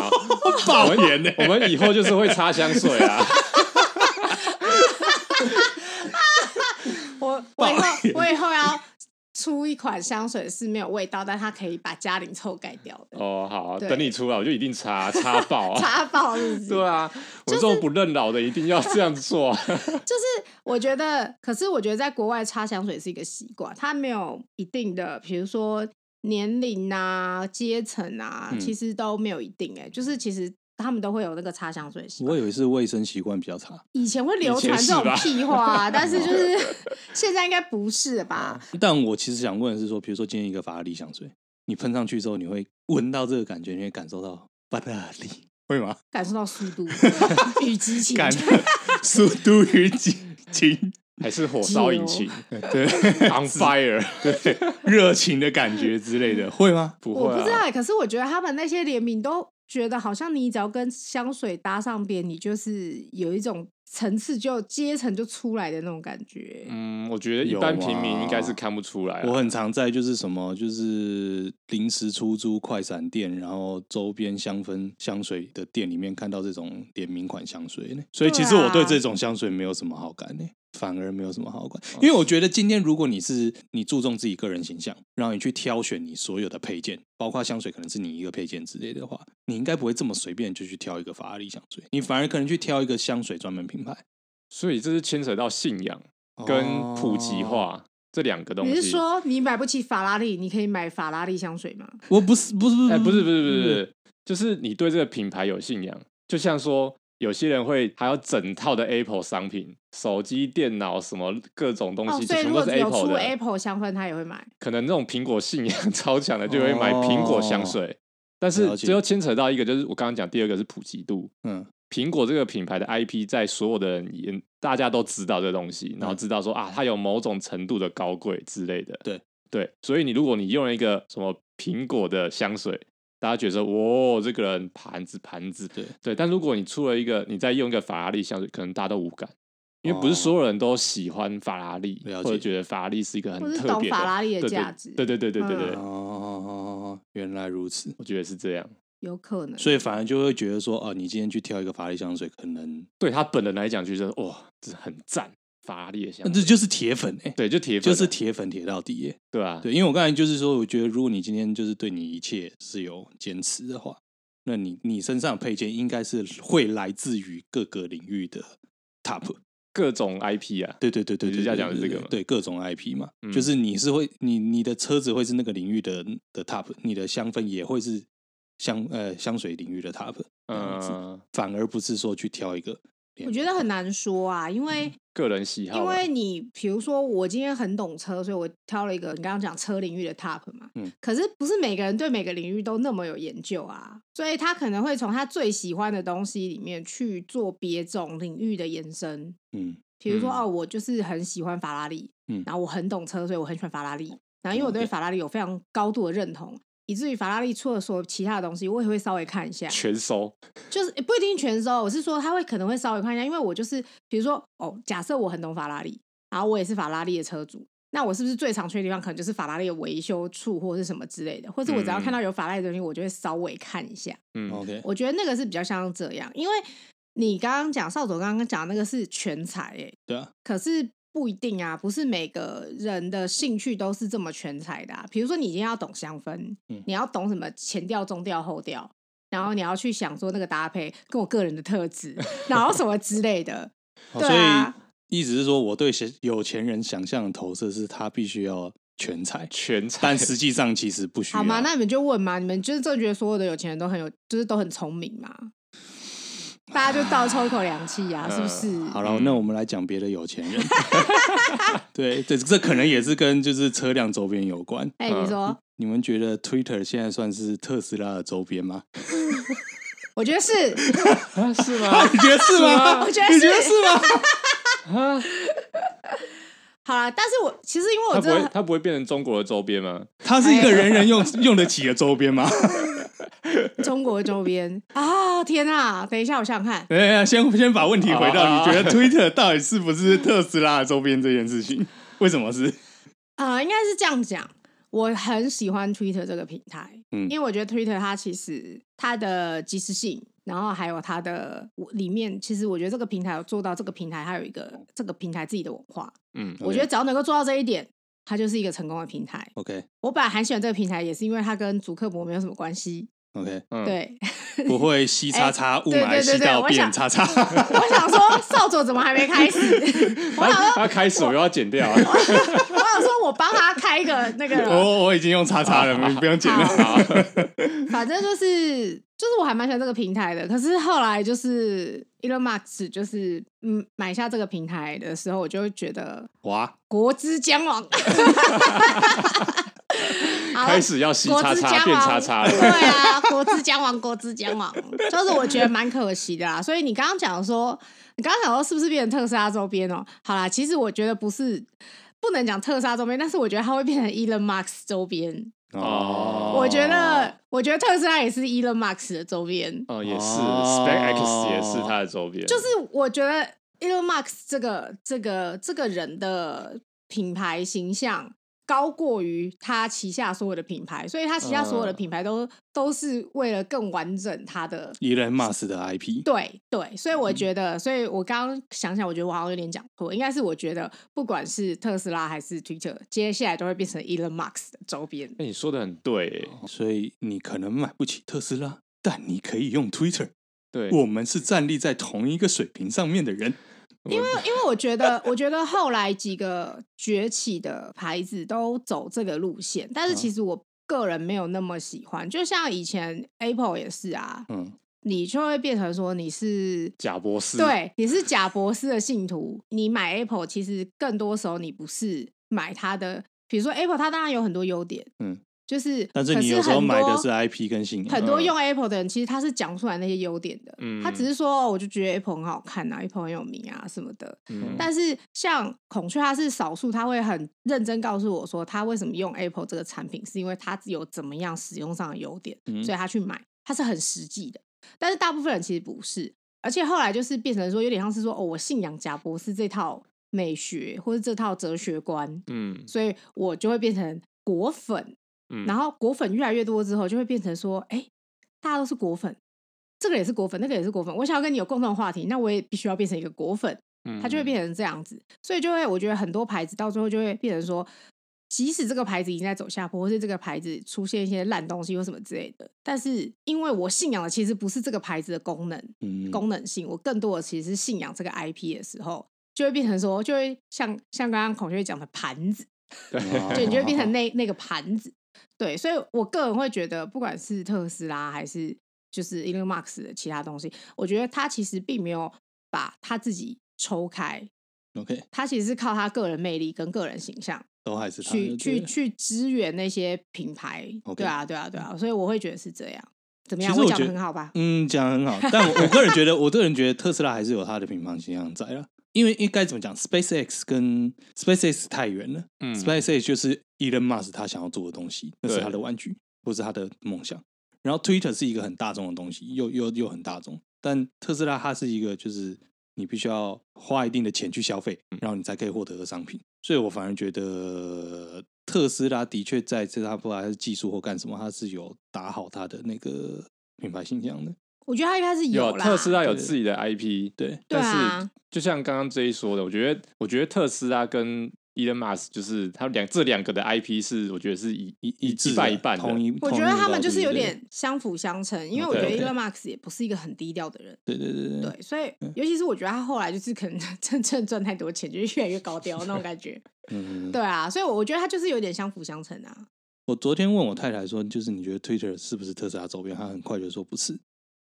S3: 爆炎
S2: 欸
S3: 呢、
S1: 我们以后就是会擦香水 啊。
S2: 我我以后我以后要出一款香水是没有味道，但它可以把家里臭盖掉的，
S1: 哦，好啊、
S2: 对
S1: 等你出来我就一定擦擦爆啊。
S2: 擦爆日子。
S1: 对啊，我这种不认老的一定要这样做、 啊。
S2: 我觉得，可是我觉得在国外擦香水是一个习惯，它没有一定的，比如说年龄啊、阶层啊，
S3: 嗯
S2: 其实都没有一定、欸。哎，就是其实他们都会有那个擦香水的习
S3: 我
S2: 惯。
S3: 以为是卫生习惯比较差，
S2: 以前会流传
S1: 以前
S2: 这
S1: 是
S2: 种
S1: 吧
S2: 屁话啊、但是就是 现在应该不是了吧？
S1: 嗯
S3: 但我其实想问的是说，比如说今天一个法拉利香水，你喷上去之后，你会闻到这个感觉，你会感受到法拉利，会吗？
S2: 感受到 速度与激情，
S3: 感
S1: 啊
S3: 速度与激 情、
S1: 还是火烧引擎
S3: 对
S1: on fire？
S3: 热情的感觉之类的，会吗？
S1: 不
S2: 我
S1: 会
S2: 不知道
S1: 啊，
S2: 欸，可是我觉得他们那些联名都觉得好像你只要跟香水搭上边，你就是有一种层次就阶层就出来的那种感觉。
S1: 嗯，我觉得一般
S3: 有啊
S1: 平民应该是看不出来、啊。
S3: 我很常在就是什么，就是临时出租快闪店，然后周边香氛香水的店里面看到这种联名款香水呢，所以其实
S2: 对啊
S3: 我对这种香水没有什么好感呢。反而没有什么好感，
S1: 哦
S3: 因为我觉得今天如果你是你注重自己个人形象，然后你去挑选你所有的配件，包括香水可能是你一个配件之类的话，你应该不会这么随便就去挑一个法拉利香水，你反而可能去挑一个香水专门品牌，
S1: 所以这是牵扯到信仰跟普及
S3: 哦
S1: 化、这两个东西。
S2: 你是说你买不起法拉利，你可以买法拉利香水吗？
S3: 我不是不是不是
S1: 哎、不是不是不是
S2: 嗯
S1: 不是，就是你对这个品牌有信仰，就像说有些人会还有整套的 Apple 商品，手机、电脑什么各种东
S2: 哦，
S1: 西，
S2: 所以
S1: 全
S2: 如
S1: 部
S2: 果
S1: 都是
S2: 有出
S1: Apple 的。
S2: Apple 香氛，他也会买。
S1: 可能那种苹果信仰 超强的，就会买苹果
S2: 哦
S1: 香水。但是
S3: 了解
S1: 这又牵扯到一个，就是我刚刚讲第二个是普及度。
S3: 嗯
S1: 苹果这个品牌的 IP 在所有的人眼，大家都知道这东西，然后
S3: 嗯
S1: 知道说啊，它有某种程度的高贵之类的。
S3: 对
S1: 对，所以你如果你用了一个什么苹果的香水，大家觉得说哇，这个人盘子盘子。
S3: 对
S1: 对，但如果你出了一个，你再用一个法拉利香水，可能大家都无感。因为不
S3: 哦
S1: 是所有人都喜欢法拉利，
S3: 了
S1: 或
S3: 解
S1: 者觉得法拉利是一个很
S2: 或是
S1: 特
S2: 懂
S1: 别的
S2: 法拉利的
S1: 对对
S2: 价值
S1: 对对对对对对，
S2: 嗯
S3: 哦，原来如此，
S1: 我觉得是这样。
S2: 有可能，
S3: 所以反而就会觉得说，哦、你今天去挑一个法力香水，可能
S1: 对他本人来讲，就是哇，这很赞，法拉利的香
S3: 那
S1: 水，
S3: 这就是铁粉哎、
S1: 对，就铁粉
S3: 就
S1: 啊，
S3: 是铁粉铁到底耶、
S1: 对啊，
S3: 对，因为我刚才就是说，我觉得如果你今天就是对你一切是有坚持的话，那你你身上的配件应该是会来自于各个领域的 top。
S1: 各种 IP 啊，
S3: 对对对对
S1: 你
S3: 对，
S1: 是这样
S3: 对
S1: 讲的
S3: 对
S1: 这
S3: 对
S1: 个吗
S3: 对各种 IP 嘛，
S1: 嗯
S3: 就是你是会你你的车子会是那个领域的的 top，你的香氛也会是香呃香水领域的 top，这样子
S1: 嗯，
S3: 反而不是说去挑一个。联
S2: 我
S3: 盟
S2: 觉得很难说啊，因为
S1: 个人喜好
S2: 因
S1: 啊，
S2: 为你比如说我今天很懂车，所以我挑了一个你刚刚讲车领域的 top 嘛，
S3: 嗯
S2: 可是不是每个人对每个领域都那么有研究啊，所以他可能会从他最喜欢的东西里面去做别种领域的延伸，
S3: 嗯
S2: 比如说、
S1: 嗯
S2: 哦，我就是很喜欢法拉利，
S3: 嗯
S2: 然后我很懂车，所以我很喜欢法拉利，然后因为我
S3: 了
S2: 对
S3: 解
S2: 法拉利有非常高度的认同。以至于法拉利出了所有其他的东西，我也会稍微看一下。
S1: 全收，
S2: 就是也不一定全收，我是说他会可能会稍微看一下，因为我就是比如说哦，假设我很懂法拉利，然后我也是法拉利的车主，那我是不是最常去的地方可能就是法拉利的维修处或是什么之类的，或是我只要看到有法拉利的东西，我就会稍微看一下。
S1: 嗯，
S3: ，OK，
S2: 我觉得那个是比较像这样，因为你刚刚讲少佐刚刚讲那个是全才欸诶、
S3: 对啊，
S2: 可是。不一定啊，不是每个人的兴趣都是这么全才的、啊。比如说，你一定要懂香氛，
S3: 嗯
S2: 你要懂什么前调、中调、后调，然后你要去想说那个搭配跟我个人的特质，然后什么之类的。
S3: 哦
S2: 对啊
S3: 所以意思是说，我对钱有钱人想象的投射是他必须要全才，
S1: 全才
S3: 但实际上其实 不需要。
S2: 好嘛，那你们就问嘛，你们就是真的觉得所有的有钱人都很有，就是都很聪明嘛？大家就倒抽一口凉气啊，是不是？
S3: 好了，那我们来讲别的有钱 人。对，这这可能也是跟就是车辆周边有关。
S2: 哎、你说，
S3: 你们觉得 Twitter 现在算是特斯拉的周边吗？
S2: 我觉得是，
S1: 啊是 吗？
S3: 你觉得是 吗？
S2: 我觉得
S3: 你觉得
S2: 啊是
S3: 是吗？
S1: 啊，
S2: 好啦，但是我其实因为
S1: 它
S2: 我
S1: 不
S2: 真的
S1: 会
S2: 很
S1: 它不会变成中国的周边吗？
S3: 它是一
S2: 哎
S3: 个人人用用得起的周边吗？
S2: 中国周边 啊，天啊！等一下，我想想看，
S3: 等一下，哎先先把问题回
S1: 啊
S3: 到，你觉得 Twitter 到底是不是特斯拉的周边这件事情？ 为什么是？
S2: 啊、应该是这样讲。我很喜欢 Twitter 这个平台，
S3: 嗯
S2: 因为我觉得 Twitter 它其实它的及时性，然后还有它的我里面，其实我觉得这个平台有做到这个平台，它有一个这个平台自己的文化。
S1: 嗯，
S2: 我觉得只要能够做到这一点，它就是一个成功的平台。
S3: OK
S2: 我本来很喜欢这个平台，也是因为它跟主客博没有什么关系。
S3: OK，
S1: 嗯，
S2: 对，
S3: 不会吸叉叉雾
S2: 对哎对
S3: 霾
S2: 对
S3: 吸
S2: 对
S3: 到
S2: 我
S3: 变
S2: 想
S3: 叉叉。
S2: 我想说少佐怎么还没开始？ 我想
S1: 它
S2: 说，
S1: 它开始我又要剪掉啊，
S2: 我想说我帮他开一个那个。
S3: 我我已经用叉叉了，你不用剪了。
S2: 好，反正就是就是我还蛮喜欢这个平台的，可是后来就是 Elon Musk 就是嗯买下这个平台的时候，我就会觉得
S3: 哇，
S2: 国之将亡， 好
S1: 开始要吸
S2: 国
S1: 叉
S2: 之
S1: 叉
S2: 将
S1: 变
S2: 亡，
S1: 叉叉
S2: 对
S1: 了，
S2: 啊，国之将亡，国之将亡，就是我觉得蛮可惜的啦。所以你刚刚讲说，你刚刚讲说是不是变成特斯拉周边哦？好啦，其实我觉得不是。不能讲特斯拉周边，但是我觉得它会变成 Elon Musk 周边。
S1: 哦
S2: 我觉得，我觉得特斯拉也是 Elon Musk 的周边。
S1: 哦也是
S3: 哦
S1: ，SpaceX 也是它的周边，
S2: 就是我觉得 Elon Musk 这个这个这个人的品牌形象高过于他旗下所有的品牌，所以他旗下所有的
S1: 嗯
S2: 品牌都、都是为了更完整他的。
S3: 伊人马斯的 IP，
S2: 对对，所以我觉得，所以我刚刚想想，我觉得我好像有点讲错，应该是我觉得，不管是特斯拉还是 Twitter，接下来都会变成 Elon Musk 的周边。
S1: 哎，你说的很对耶，
S3: 所以你可能买不起特斯拉，但你可以用 Twitter。
S1: 对，
S3: 我们是站立在同一个水平上面的人。
S1: 因为
S2: 因为我觉得，我觉得后来几个崛起的牌子都走这个路线，但是
S3: 嗯
S2: 其实我个人没有那么喜欢。就像以前 Apple 也是啊，
S3: 嗯，
S2: 你就会变成说你是
S1: 贾博士，
S2: 对你是贾博士的信徒，你买 Apple 其实更多时候你不是买它的，比如说 Apple 它当然有很多优点，
S3: 嗯，
S2: 就是
S3: 但是
S2: 可
S3: 你有时候
S2: 很
S3: 买的
S2: 多
S3: 是 IP 跟嗯信仰。
S2: 很多用 Apple 的人，其实他是讲出来那些优点的，
S1: 嗯
S2: 他只是说、哦我就觉得 Apple 很好看啊，Apple 很有名啊什么的。
S1: 嗯，
S2: 但是像孔雀，它是少数，他会很认真告诉我说，他为什么用 Apple 这个产品，是因为它有怎么样使用上的优点，
S3: 嗯
S2: 所以他去买，它是很实际的。但是大部分人其实不是，而且后来就是变成说，有点像是说，哦，我信仰贾博士这套美学或者这套哲学观，
S1: 嗯
S2: 所以我就会变成果粉。
S1: 嗯，
S2: 然后果粉越来越多之后，就会变成说，哎、大家都是果粉，这个也是果粉，那个也是果粉，我想要跟你有共同话题，那我也必须要变成一个果粉。
S1: 嗯
S2: 它就会变成这样子，所以就会我觉得很多牌子到最后就会变成说，即使这个牌子已经在走下坡，或是这个牌子出现一些烂东西或什么之类的，但是因为我信仰的其实不是这个牌子的功能
S3: 嗯
S2: 功能性，我更多的其实是信仰这个 IP 的时候，就会变成说，就会像像刚刚孔雀讲的盘子，
S3: 哦
S2: 就你就会变成那那个盘子。对，所以我个人会觉得，不管是特斯拉还是就是 Elon Musk 的其他东西，我觉得它其实并没有把他自己抽开，
S3: OK，
S2: 他其实是靠他个人魅力跟个人形象
S3: 都还是他
S2: 去
S3: 就啊对
S2: 去
S3: 了
S2: 去支援那些品牌。
S3: OK 嗯
S2: 对啊，对啊，对啊，所以我会觉得是这样。怎么样？
S3: 其实我
S2: 讲的
S3: 觉得
S2: 很好吧？
S3: 嗯，讲得很好，但我我个人觉得， 我个人觉得特斯拉还是有它的品牌形象在了，因为应该怎么讲，SpaceX 跟 SpaceX 太远了、
S1: 嗯
S3: s p a c e x 就是 Elon Musk 他想要做的东西，那是
S1: 对
S3: 他的玩具或是他的梦想。然后 Twitter 是一个很大众的东西，又又又很大众，但特斯拉它是一个就是你必须要花一定的钱去消费，
S1: 嗯
S3: 然后你才可以获得的商品。所以我反而觉得特斯拉的确在这它不管它是技术或干什么，它是有打好它的那个品牌形象的。
S2: 我觉得他应该是
S3: 啊
S1: 有啊
S2: 啦。
S1: 特斯拉有
S3: 对
S1: 自己的 IP，
S3: 对，
S2: 对
S1: 但
S2: 啊
S1: 是就像刚刚 J 说的，我觉得我觉得特斯拉跟 Elon Musk 就是他们两这两个的 IP 是我觉得是一
S3: 一一致
S1: 一
S3: 的
S1: 半一半
S3: 同
S1: 的。
S3: 一。
S2: 我觉
S3: 同一
S2: 得他
S3: 道
S2: 们就是
S3: 对
S2: 有
S3: 对
S2: 点相辅相成，因为我觉得
S1: OK，OK
S2: Elon Musk 也不是一个很低调的人，
S3: 对对对对
S2: 对，所以
S3: 嗯
S2: 尤其是我觉得他后来就是可能 真正赚太多钱，就是越来越高调那种感 觉。
S3: 嗯，
S2: 对啊，所以我觉得他就是有点相辅相成啊。
S3: 我昨天问我太太说，就是你觉得 Twitter 是不是特斯拉周边？她很快就说不是。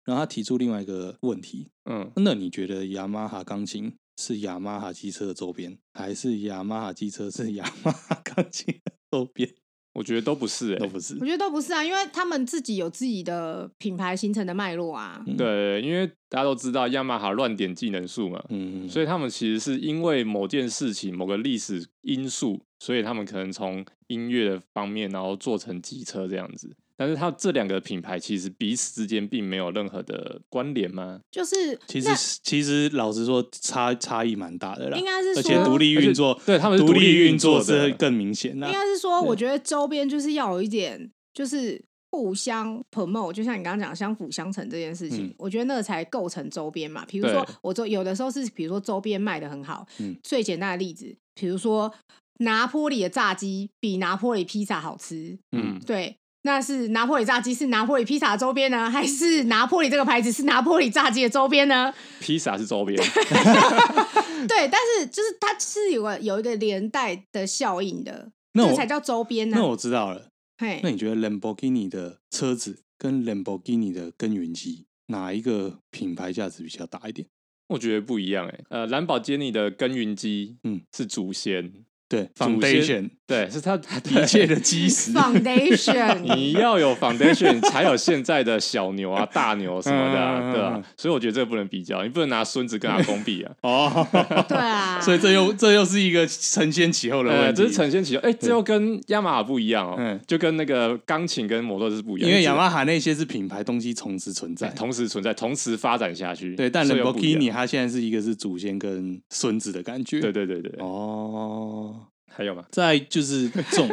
S3: 然后她提出另外一个问题：
S1: 嗯，
S3: 那你觉得雅马哈钢琴是雅马哈机车的周边，还是雅马哈机车是雅马哈钢琴的周边？
S1: 我觉得都不是、欸，
S3: 都不是
S2: 我。觉得都不是啊，因为他们自己有自己的品牌形成的脉络啊。
S3: 嗯
S1: 对，因为大家都知道雅马哈乱点技能树嘛，
S3: 嗯，
S1: 所以他们其实是因为某件事情、某个历史因素，所以他们可能从音乐的方面，然后做成机车这样子。但是它这两个品牌其实彼此之间并没有任何的关联
S3: 嗯
S1: 吗？
S2: 就是
S3: 其
S2: 那
S3: 实其实老实说，差差异蛮大的啦。
S2: 应该是
S3: 而且
S2: 说
S3: 独立运作
S1: 而，且对他们是
S3: 独
S1: 独立
S3: 运
S1: 运作的
S3: 是更明显的
S2: 应。该是说，
S3: 嗯
S2: 我觉得周边就是要有一点，就是互相 promote，就像你刚刚讲相辅相成这件事情，
S3: 嗯
S2: 我觉得那个才构成周边嘛。比如说
S1: 对，
S2: 我周有的时候是，比如说周边卖的很好，
S3: 嗯
S2: 最简单的例子，比如说拿坡里的炸鸡比拿坡里披萨好吃，
S3: 嗯
S1: 嗯，
S2: 对。那是拿破里炸鸡是拿破里披萨的周边呢，还是拿破里这个牌子是拿破里炸鸡的周边呢？
S1: 披萨是周边，
S2: 对，但是就是它是有个有一个连带的效应的，
S3: 那
S2: 这
S3: 我
S2: 个才叫周边呢、
S3: 那我知道了。
S2: 嘿
S3: 那你觉得 Lamborghini 的车子跟 Lamborghini 的耕耘机哪一个品牌价值比较大一点？
S1: 我觉得不一样哎、呃，兰博基尼的耕耘机，
S3: 嗯
S1: 嗯，是祖先，
S3: 对
S1: 祖先
S3: ，Foundation
S1: 对，是 它的
S3: 一切的基石。
S2: Foundation，
S1: 你要有 foundation 才有现在的小牛啊、大牛什么的啊、
S3: 嗯嗯嗯
S1: 对吧、
S3: 嗯
S1: 所以我觉得这个不能比较，你不能拿孙子跟阿公 比啊。
S3: 哦，
S2: 对啊，
S3: 所以 这又这又是一个承先启后的问
S1: 呃，
S3: 题，
S1: 这是呈现起来，哎、这又跟雅马哈不一样哦，
S3: 嗯
S1: 就跟那个钢琴跟摩托是不一样，
S3: 因为
S1: 只
S3: 雅马哈那些是品牌东西同时存在。
S1: 哎同时存在，同时发展下去，
S3: 对，但
S1: 所以又不一样
S3: Lamborghini 啊它现在是一个是祖先跟孙子的感觉。
S1: 对对对对，对
S3: 哦，
S1: 还有吗？
S3: 再就是 重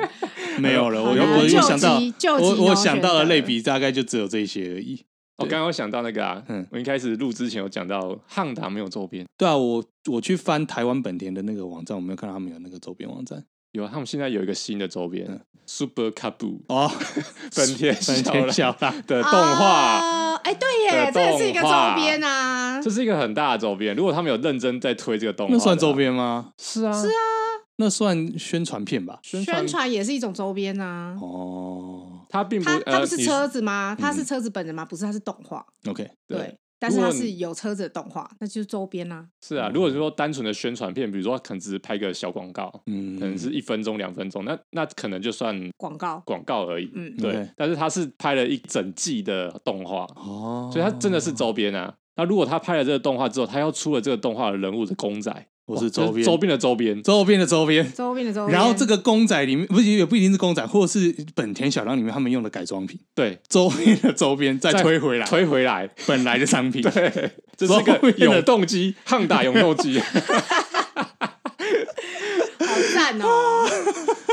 S3: 没有了，我
S2: 好
S3: 又
S2: 啦
S3: 我又
S2: 就
S3: 想到
S2: 急就急
S3: 我我
S2: 脑
S3: 想
S2: 选
S3: 到的
S2: 择
S3: 类比大概就只有这些而已。
S1: 我哦刚刚有想到那个啊，
S3: 嗯
S1: 我一开始录之前有讲到汉达没有周边，
S3: 对啊，我我去翻台湾本田的那个网站，我没有看到他们有那个周边网站
S1: 有啊他们现在有一个新的周边、s
S3: 嗯
S1: u p e r Cabo
S3: 哦，
S1: 本田
S3: 本
S1: 小
S3: 田
S1: 啦
S3: 小啦，
S1: 的动画。
S2: 哦哎、对耶，
S1: 的
S2: 这个是一个
S1: 动画
S2: 周边啊
S1: 这，是一个很大的周边，如果他们有认真在推这个动画，
S3: 那算周？边吗？
S1: 是啊，是啊，
S3: 那算宣传片吧？
S1: 宣
S2: 宣传也是一种周边啊。
S3: 哦
S1: 它并不
S2: 它，它
S1: 呃
S2: 不是
S1: 你
S2: 车子吗？它是车子本人吗？不是，它是动画。
S3: ，OK，
S2: 对，但
S1: 如
S2: 是它
S1: 果
S2: 是
S1: 你
S2: 有车子的动画，那就是周边啊。
S1: 是啊，如果说单纯的宣传片，比如说可能只是拍个小广告，
S3: 嗯，
S1: 可能是一分钟、两分钟，那那可能就算
S2: 广告。
S1: 广告而已。
S2: 嗯
S1: 对
S3: OK
S1: 但是他是拍了一整季的动画，
S3: 哦，
S1: 所以他真的是周边啊。那如果他拍了这个动画之后，他要出了这个动画的人物的公仔，
S3: 我
S1: 哇
S3: 是周
S1: 哦就是
S3: 边
S1: 周边的周边，
S3: 周边的周边。
S2: 周边的周边，
S3: 然后这个公仔里面不是也不一定是公仔，或者是本田小狼里面他们用的改装品，
S1: 对，
S3: 周边的周边再
S1: 再
S3: 推回来，
S1: 推回来，
S3: 本来的商品。
S1: 对，这是
S3: 周
S1: 个
S3: 边的
S1: 永动 机，汉达永动机。
S2: 好赞哦！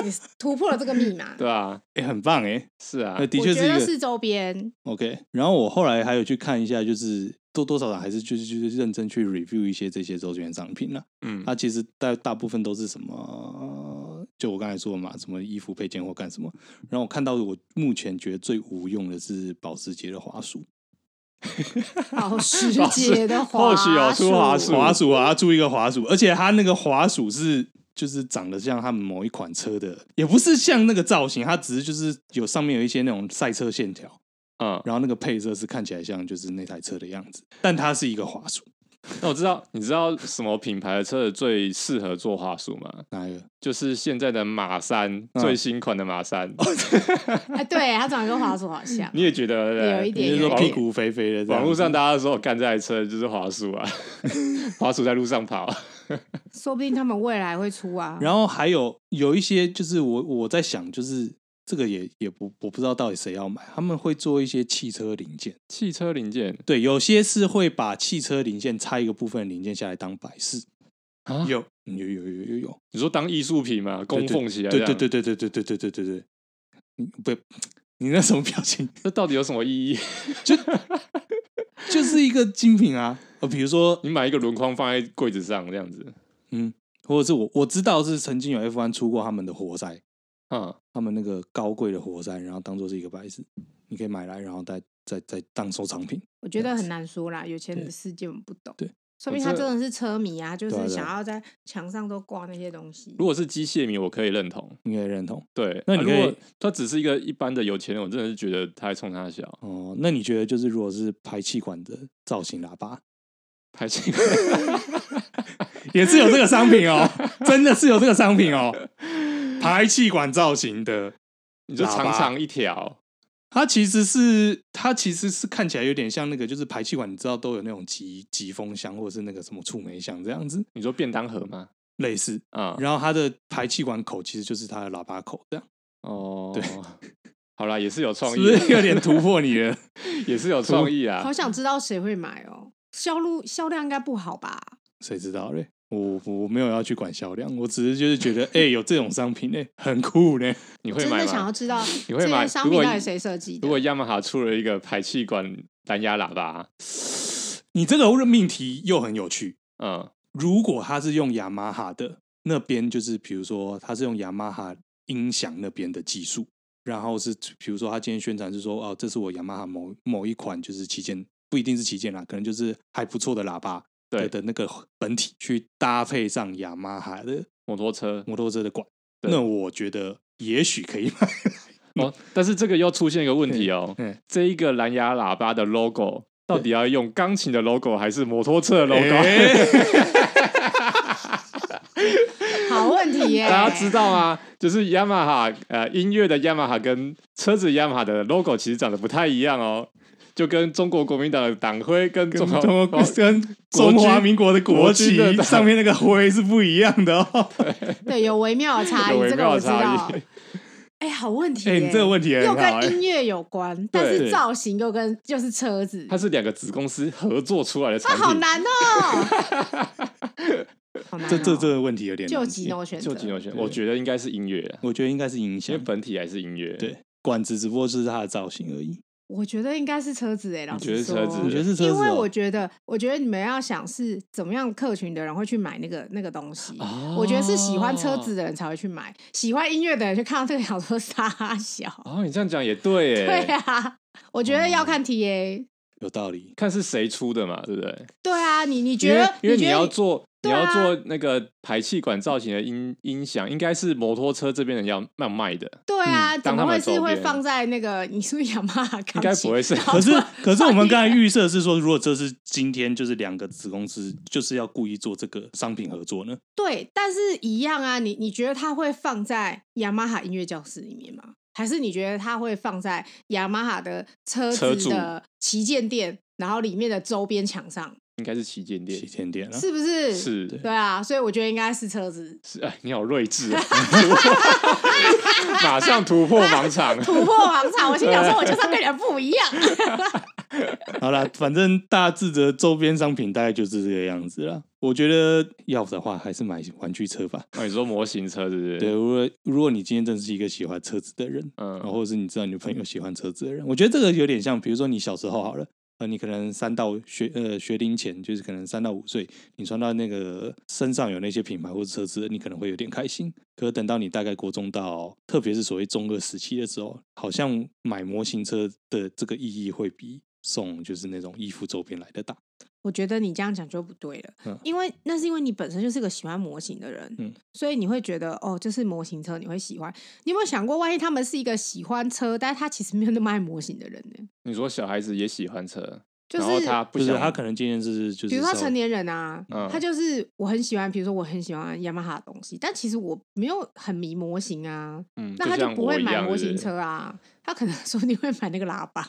S2: 你突破了这个密码，
S1: 对啊，
S3: 哎、很棒哎、
S1: 是啊
S3: 那，的
S2: 我
S3: 确
S2: 觉
S3: 是一
S2: 得
S3: 个
S2: 是周边。
S3: OK，然后我后来还有去看一下，就是多多少少还是就是就是认真去 review 一些这些周边商品啦。
S1: 嗯
S3: 它、其实大大部分都是什么，就我刚才说的嘛，什么衣服配件或干什么。然后我看到我目前觉得最无用的是保时捷的滑鼠，
S2: 保时
S1: 保时
S2: 捷的
S1: 或
S2: 滑
S1: 许有出滑
S2: 鼠
S1: 鼠
S3: 滑鼠啊，它出一个滑鼠，而且它那个滑鼠是。就是长得像他们某一款车的，也不是像那个造型，它只是就是有上面有一些那种赛车线条，
S1: 嗯，
S3: 然后那个配色是看起来像就是那台车的样子，但它是一个滑鼠。
S1: 那我知道，你知道什么品牌的车子最适合做话术吗？
S3: 哪一个？
S1: 就是现在的马三，
S3: 嗯
S1: 最新款的马三，
S2: 哎，对他长得跟华硕好像，
S1: 你也觉得对不对
S2: 有一点
S3: 你是说
S2: 有一
S3: 屁
S2: 点
S3: 股肥肥的这样子？
S1: 网络上大家说，干这台车就是华叔 啊，华叔在路上跑，
S2: 说不定他们未来会出啊。
S3: 然后还有有一些就是我我在想，就是这个也也不我不知道到底谁要买，他们会做一些汽车零件，
S1: 汽车零件
S3: 对，有些是会把汽车零件拆一个部分零件下来当摆饰，
S1: 啊
S3: 有有有有有有
S1: 你说当艺术品嘛，供奉起来，
S3: 对对，对对对对对对对对对，你不，你那什么表情？
S1: 这到底有什么意义？
S3: 就是一个精品啊，呃，比如说
S1: 你买一个轮框放在柜子上这样子，
S3: 嗯，或者是我我知道是曾经有 F 1出过他们的活塞，
S1: 啊，
S3: 他们那个高贵的活塞，然后当做是一个摆饰，你可以买来，然后再再再当收藏品。
S2: 我觉得很难说啦，有钱人的世界我们不懂。
S3: 对，
S2: 说明他真的是车迷啊，就
S3: 对啊
S2: 是
S3: 对啊
S2: 想要在墙上都挂那些东西
S1: 如。果是机械迷，我可以认同。
S3: 你可以认同
S1: 对，
S3: 那你
S1: 啊
S3: 可以
S1: 如果他只是一个一般的有钱人，我真的是觉得他在冲他笑，
S3: 哦、那你觉得就是如果是排气管的造型喇叭，
S1: 拍 戏。
S3: 也是有这个商品哦， 真的是有这个商品哦，排气管造型的，
S1: 你说
S3: 喇叭
S1: 长长一条，
S3: 它其实是它其实是看起来有点像那个，就是排气管，你知道都有那种集集风箱或者是那个什么触媒箱这样子
S1: 你说便当盒吗？
S3: 类似，
S1: 啊，
S3: 然后它的排气管口其实就是它的喇叭口，这样
S1: 哦，对，好啦，也是有创
S3: 是
S1: 意
S3: 不
S1: 的，
S3: 是有点突破你的？
S1: 也是有创意啊
S2: 好。想知道谁会买哦，销路销量应该不好吧？
S3: 谁知道嘞？我我没有要去管销量，我只是就是觉得，哎、有这种商品哎、很酷呢。
S1: 你会
S2: 真
S1: 买
S2: 的想要
S1: 吗？
S2: 知道
S1: 你
S2: 这
S1: 会买
S2: 些商
S1: 如
S2: 品
S1: 果
S2: 到底谁设计的
S1: 如？果雅马哈出了一个排气管蓝牙喇叭，
S3: 你这个命题又很有趣。
S1: 嗯，
S3: 如果它是用雅马哈的那边，就是比如说它是用雅马哈音响那边的技术，然后是比如说它今天宣传是说，哦，这是我雅马哈某某一款就是旗舰，不一定是旗舰啦，可能就是还不错的喇叭的
S1: 对
S3: 的那个本体去搭配上雅马哈的
S1: 摩托车
S3: 摩托车的管，
S1: 对
S3: 那我觉得也许可以买。
S1: 哦，但是这个又出现一个问题哦，
S3: 嗯，
S1: 这一个蓝牙喇叭的 logo 到底要用钢琴的 logo 还是摩托车的 logo？、
S2: 好问题耶、
S1: 大家知道吗？就是雅马哈呃音乐的雅马哈跟车子雅马哈的 logo 其实长得不太一样哦，就跟中国国民党的党徽跟中
S3: 中
S1: 华
S3: 国
S1: 哦
S3: 跟
S1: 国
S3: 中华
S1: 军
S3: 民国的国
S1: 国军
S3: 旗
S1: 的
S3: 上面那个徽是不一样 的哦。
S2: 对，有微妙的差
S1: 有
S2: 异，
S1: 微
S2: 这个
S1: 妙
S2: 我
S1: 的
S2: 知
S1: 差
S2: 道
S1: 异。。
S2: 哎、好问题、
S3: 哎、
S2: 耶
S3: 你这个问题很
S2: 又
S3: 好、哎
S2: 跟音乐有关，但
S1: 对
S2: 是造型又跟又是车子
S1: 它，是两个子公司合作出来的产
S2: 啊，
S1: 品，
S2: 好难哦、 好难哦
S3: 这这这个问题有点
S2: 就
S3: 难
S2: 几，我选择，
S1: 就金牛圈，
S3: 对
S1: 我觉得应该是音乐啊，
S3: 我觉得应该是影
S1: 因为
S3: 响。
S1: 本体还是音乐。，
S3: 对，管子只不过是它的造型而已。
S2: 我觉得应该是车子哎、老
S1: 觉得
S2: 师
S1: 是
S2: 说，
S1: 车子
S3: 我觉得是车子、哦，
S2: 因为我觉得，我觉得你们要想是怎么样客群的人会去买那个那个东西。
S1: 哦啊
S2: 我觉得是喜欢车子的人才会去买，喜欢音乐的人就看到这个想说傻小。
S1: 哦，你这样讲也 对耶，
S2: 对啊，我觉
S1: 哦
S2: 得要看 TA。
S3: 有 道理。
S1: 看是谁出的嘛，对不对？
S2: 对啊，你你
S1: 因
S2: 觉
S1: 为
S2: 得
S1: 因为你
S2: 你觉得
S1: 要做、你
S2: 对啊
S1: 要做那个排气管造型的音音响，应该是摩托车这边人要要卖的，
S2: 对
S1: 嗯
S2: 啊，怎
S1: 当他
S2: 么
S1: 们
S2: 会
S1: 的周
S2: 是会
S1: 边
S2: 放在那个你是不是雅马哈钢琴？
S1: 应该不会是
S2: 然后
S3: 可是
S2: 就
S3: 可是我们刚 才
S2: 放一
S3: 预设是说，如果这是今天就是两个子公司就是要故意做这个商品合作呢？
S2: 对，但是一样啊，你你觉得它会放在雅马哈音乐教室里面吗？还是你觉得它会放在雅马哈的车
S1: 车
S2: 子
S1: 主
S2: 的旗舰店，然后里面的周边墙上，
S1: 应该是旗舰店
S3: 旗。舰店啊，
S2: 是不是？
S1: 嗯是
S3: 对
S2: 对啊，所以我觉得应该是车子
S1: 是，哎，你好睿智、哦， 马上突 破盲场。
S2: 突破王场。我心想 说，我就是要跟人家不一样。
S3: 好啦，反正大致的周边商品大概就是这个样子啦。我觉得要的话，还是买玩具车吧。
S1: 哦，你说模型车是不是？
S3: 对，如果如果你今天真是一个喜欢车子的人，
S1: 嗯，
S3: 然后或者是你知道你的朋友喜欢车子的人，我觉得这个有点像，比如说你小时候好了，呃，你可能三到学呃学龄前，就是可能三到五岁，你穿到那个身上有那些品牌或者车子，你可能会有点开心。可是等到你大概国中到，特别是所谓中二时期的时候，好像买模型车的这个意义会比送就是那种衣服周边来的大。
S2: 我觉得你这样讲就不对了，
S3: 嗯
S2: 因为那是因为你本身就是个喜欢模型的人，
S3: 嗯
S2: 所以你会觉得哦，这是模型车，你会喜欢。你有没有想过，万一他们是一个喜欢车，但是他其实没有那么爱模型的人呢？
S1: 你说小孩子也喜欢车，
S2: 就
S1: 然后
S2: 是
S1: 他不
S3: 就是
S1: 想
S3: 他可能今天是就是，
S2: 比如说他成年人啊，
S1: 嗯
S2: 他就是我很喜欢，比如说我很喜欢雅马哈的东西，但其实我没有很迷模型啊，
S1: 嗯，
S2: 那
S1: 就
S2: 他就
S1: 像
S2: 不
S1: 我
S2: 会
S1: 一
S2: 买
S1: 样
S2: 模
S1: 对
S2: 型
S1: 不对
S2: 车啊，他可能 说你会买那个喇 叭。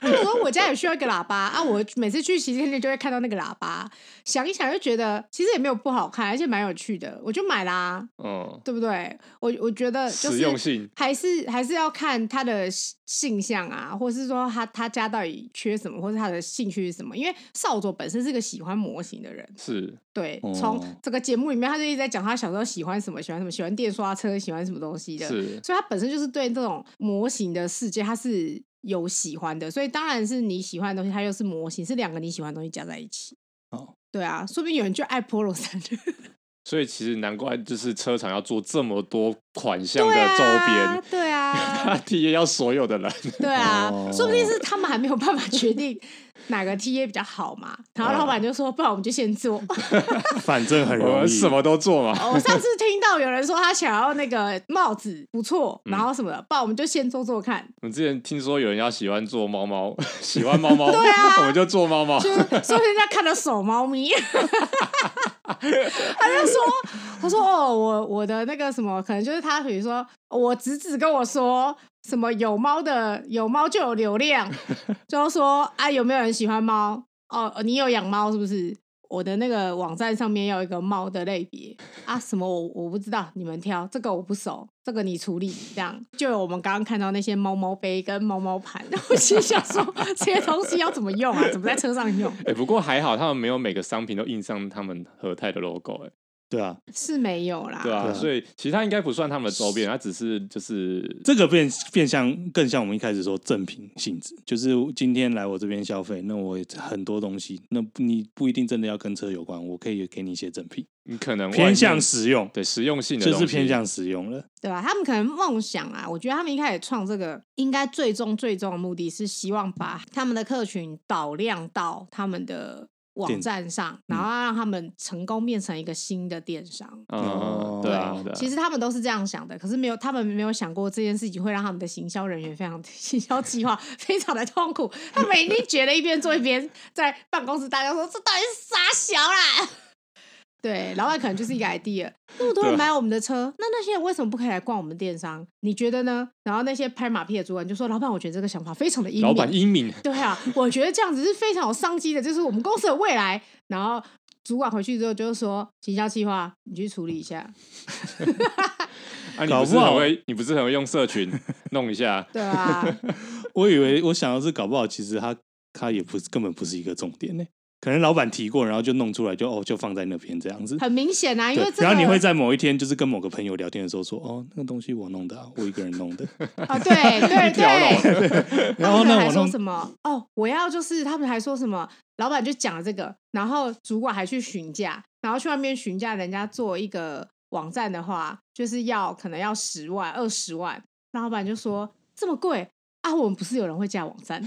S2: 他就说我家也需要一个喇叭啊，我每次去旗舰店就会看到那个喇叭，想一想就觉得其实也没有不好看，而且蛮有趣的，我就买啦、
S1: 嗯，
S2: 对不对？我我觉得就
S1: 实用
S2: 是
S1: 性，
S2: 还是还是要看他的性向啊，或是说他他家到底缺什么，或是他的兴趣是什么。因为少佐本身是个喜欢模型的人，
S1: 是
S2: 对，
S3: 哦
S2: 从这个节目里面，他就一直在讲他小时候喜欢什么，喜欢什么，喜欢电刷车，喜欢什么东西的。
S1: 是，
S2: 所以他本身就是对这种模型的世界，他是有喜欢的。所以当然是你喜欢的东西，它又是模型，是两个你喜欢的东西加在一起。
S3: 哦，
S2: 对啊，说不定有人就爱 Polo 衫。
S1: 所以其实难怪就是车厂要做这么多款项的
S2: 对
S1: 周
S2: 啊
S1: 边，，
S2: 对啊
S1: 他，贴要所有的 人，
S2: 对啊，
S3: 哦
S2: 说不定是他们还没有办法决定哪个 TA 比较好嘛。然后老板就说：“不然我们就先做。”
S3: 反正很
S1: 我
S3: 容易
S1: 们什么都做嘛，
S2: 哦我上次听到有人说他想要那个帽子不错，然后什么的，不然我们就先做做看。
S1: 我之前听说有人要喜欢做猫猫， 喜欢猫猫，
S2: 对啊
S1: 我们就做猫猫。
S2: 就是说人家看到手猫咪，他就说，他说哦，我我的那个什么，可能就是他，比如说我侄子跟我说什么有猫的有猫就有流量，就说啊有没有人喜欢猫？哦，你有养猫是不是？我的那个网站上面要有一个猫的类别啊，什么我我不知道，你们挑这个我不熟，这个你处理，这样就有我们刚刚看到那些猫猫杯跟猫猫盘， 我心想说这些东西要怎么用啊？怎么在车上用？
S1: 哎、不过还好，他们没有每个商品都印上他们和泰的 logo，哎、
S3: 对啊，
S2: 是没有啦，
S1: 对啊，
S3: 对啊
S1: 所以其实它应该不算他们的周边，它只是就是
S3: 这个变变相更像我们一开始说正品性质，就是今天来我这边消费，那我很多东西，那你不一定真的要跟车有关，我可以给你一些正品，
S1: 你可能外面
S3: 偏向实用，
S1: 对实用性的
S3: 就
S1: 东西，
S3: 是偏向实用了。
S2: 对吧、他们可能梦想啊，我觉得他们一开始创这个，应该最终最终的目的是希望把他们的客群导量到他们的网站
S1: 嗯
S2: 上，然后让他们成功变成一个新的电商。
S1: 嗯，
S3: 哦
S1: 对啊，对啊
S2: 其实他们都是这样想的，可是没有，他们没有想过这件事情会让他们的行销人员非常 行销计 划非常的痛苦。他们已经觉得一边做一边在办公室大家说这到底是傻小啦。 对，老板可能就是一个 idea，那么多
S1: 对
S2: 人
S1: 啊
S2: 买我们的车，那那些人为什么不可以来逛我们电商？你觉得呢？然后那些拍马屁的主管就说：“老板，我觉得这个想法非常的英明。”
S1: 老板英明，
S2: 对啊，我觉得这样子是非常有商机的，这是我们公司的未来。然后主管回去之后就说：“行销计划，你去处理一下。”
S1: 啊，你
S3: 搞
S1: 不
S3: 不
S1: 是
S3: 好
S1: 很会，你不是很会用社 群弄一下，
S2: 对啊，
S3: 我以为我想要是搞不好，其实它它也不是根本不是一个重点呢、可能老板提过，然后就弄出来就，哦就放在那边这样子。
S2: 很明显啊，因为
S3: 对
S2: 这个
S3: 然后你会在某一天就是跟某个朋友聊天的时候说，哦，那个东西我弄的、啊，我一个人弄 的。
S2: 啊，对对
S1: 一条龙
S2: 对，
S3: 然
S2: 他
S3: 后
S2: 们
S3: 呢，
S2: 还
S3: 我
S2: 说
S3: 弄
S2: 什么？哦，我要就是他们还说什么？老板就讲了这个，然后主管还去询价，然后去外面询价，人家做一个网站的话，就是要可能要十万、二十万，然后老板就说这么贵。啊，我们不是有人会架网 站，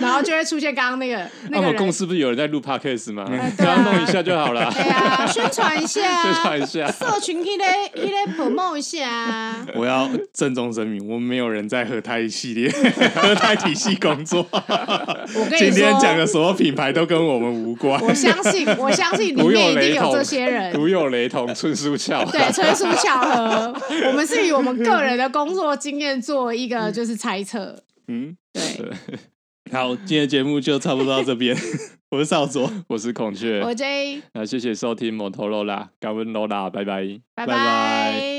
S2: 然后就会出现刚刚那个
S1: 那啊我
S2: 那
S3: 啊
S2: 个
S1: 们公
S2: 人，
S1: 司不是有人在录 podcast 吗？
S3: 嗯
S2: 哎对
S1: 刚
S2: 啊
S1: 刚弄一下就好了，
S2: 对啊，宣传一 下
S1: 宣
S2: 啊，
S1: 传一下。
S2: 社群一类一类 promote 一下啊，
S3: 我要郑重声明，我们没有人在和泰系列、 和泰体系工作。
S2: 我跟你说，
S3: 今天讲的所有品牌都跟我们无关。
S2: 我相信，我相信 里
S1: 如有
S2: 面一定
S1: 雷
S2: 有
S1: 同，
S2: 这些 人。
S1: 如有雷同，纯属巧合。
S2: 对，纯属巧合。我们是以我们个人的工作经验做一个就是猜测。
S3: 嗯，
S2: 对，
S3: 好，今天的节目就差不多到这边。 我是少佐，
S1: 我是孔雀，
S2: 我 J，
S1: 那谢谢收听摩托罗拉，感恩罗拉，拜拜。
S2: 拜
S3: 拜拜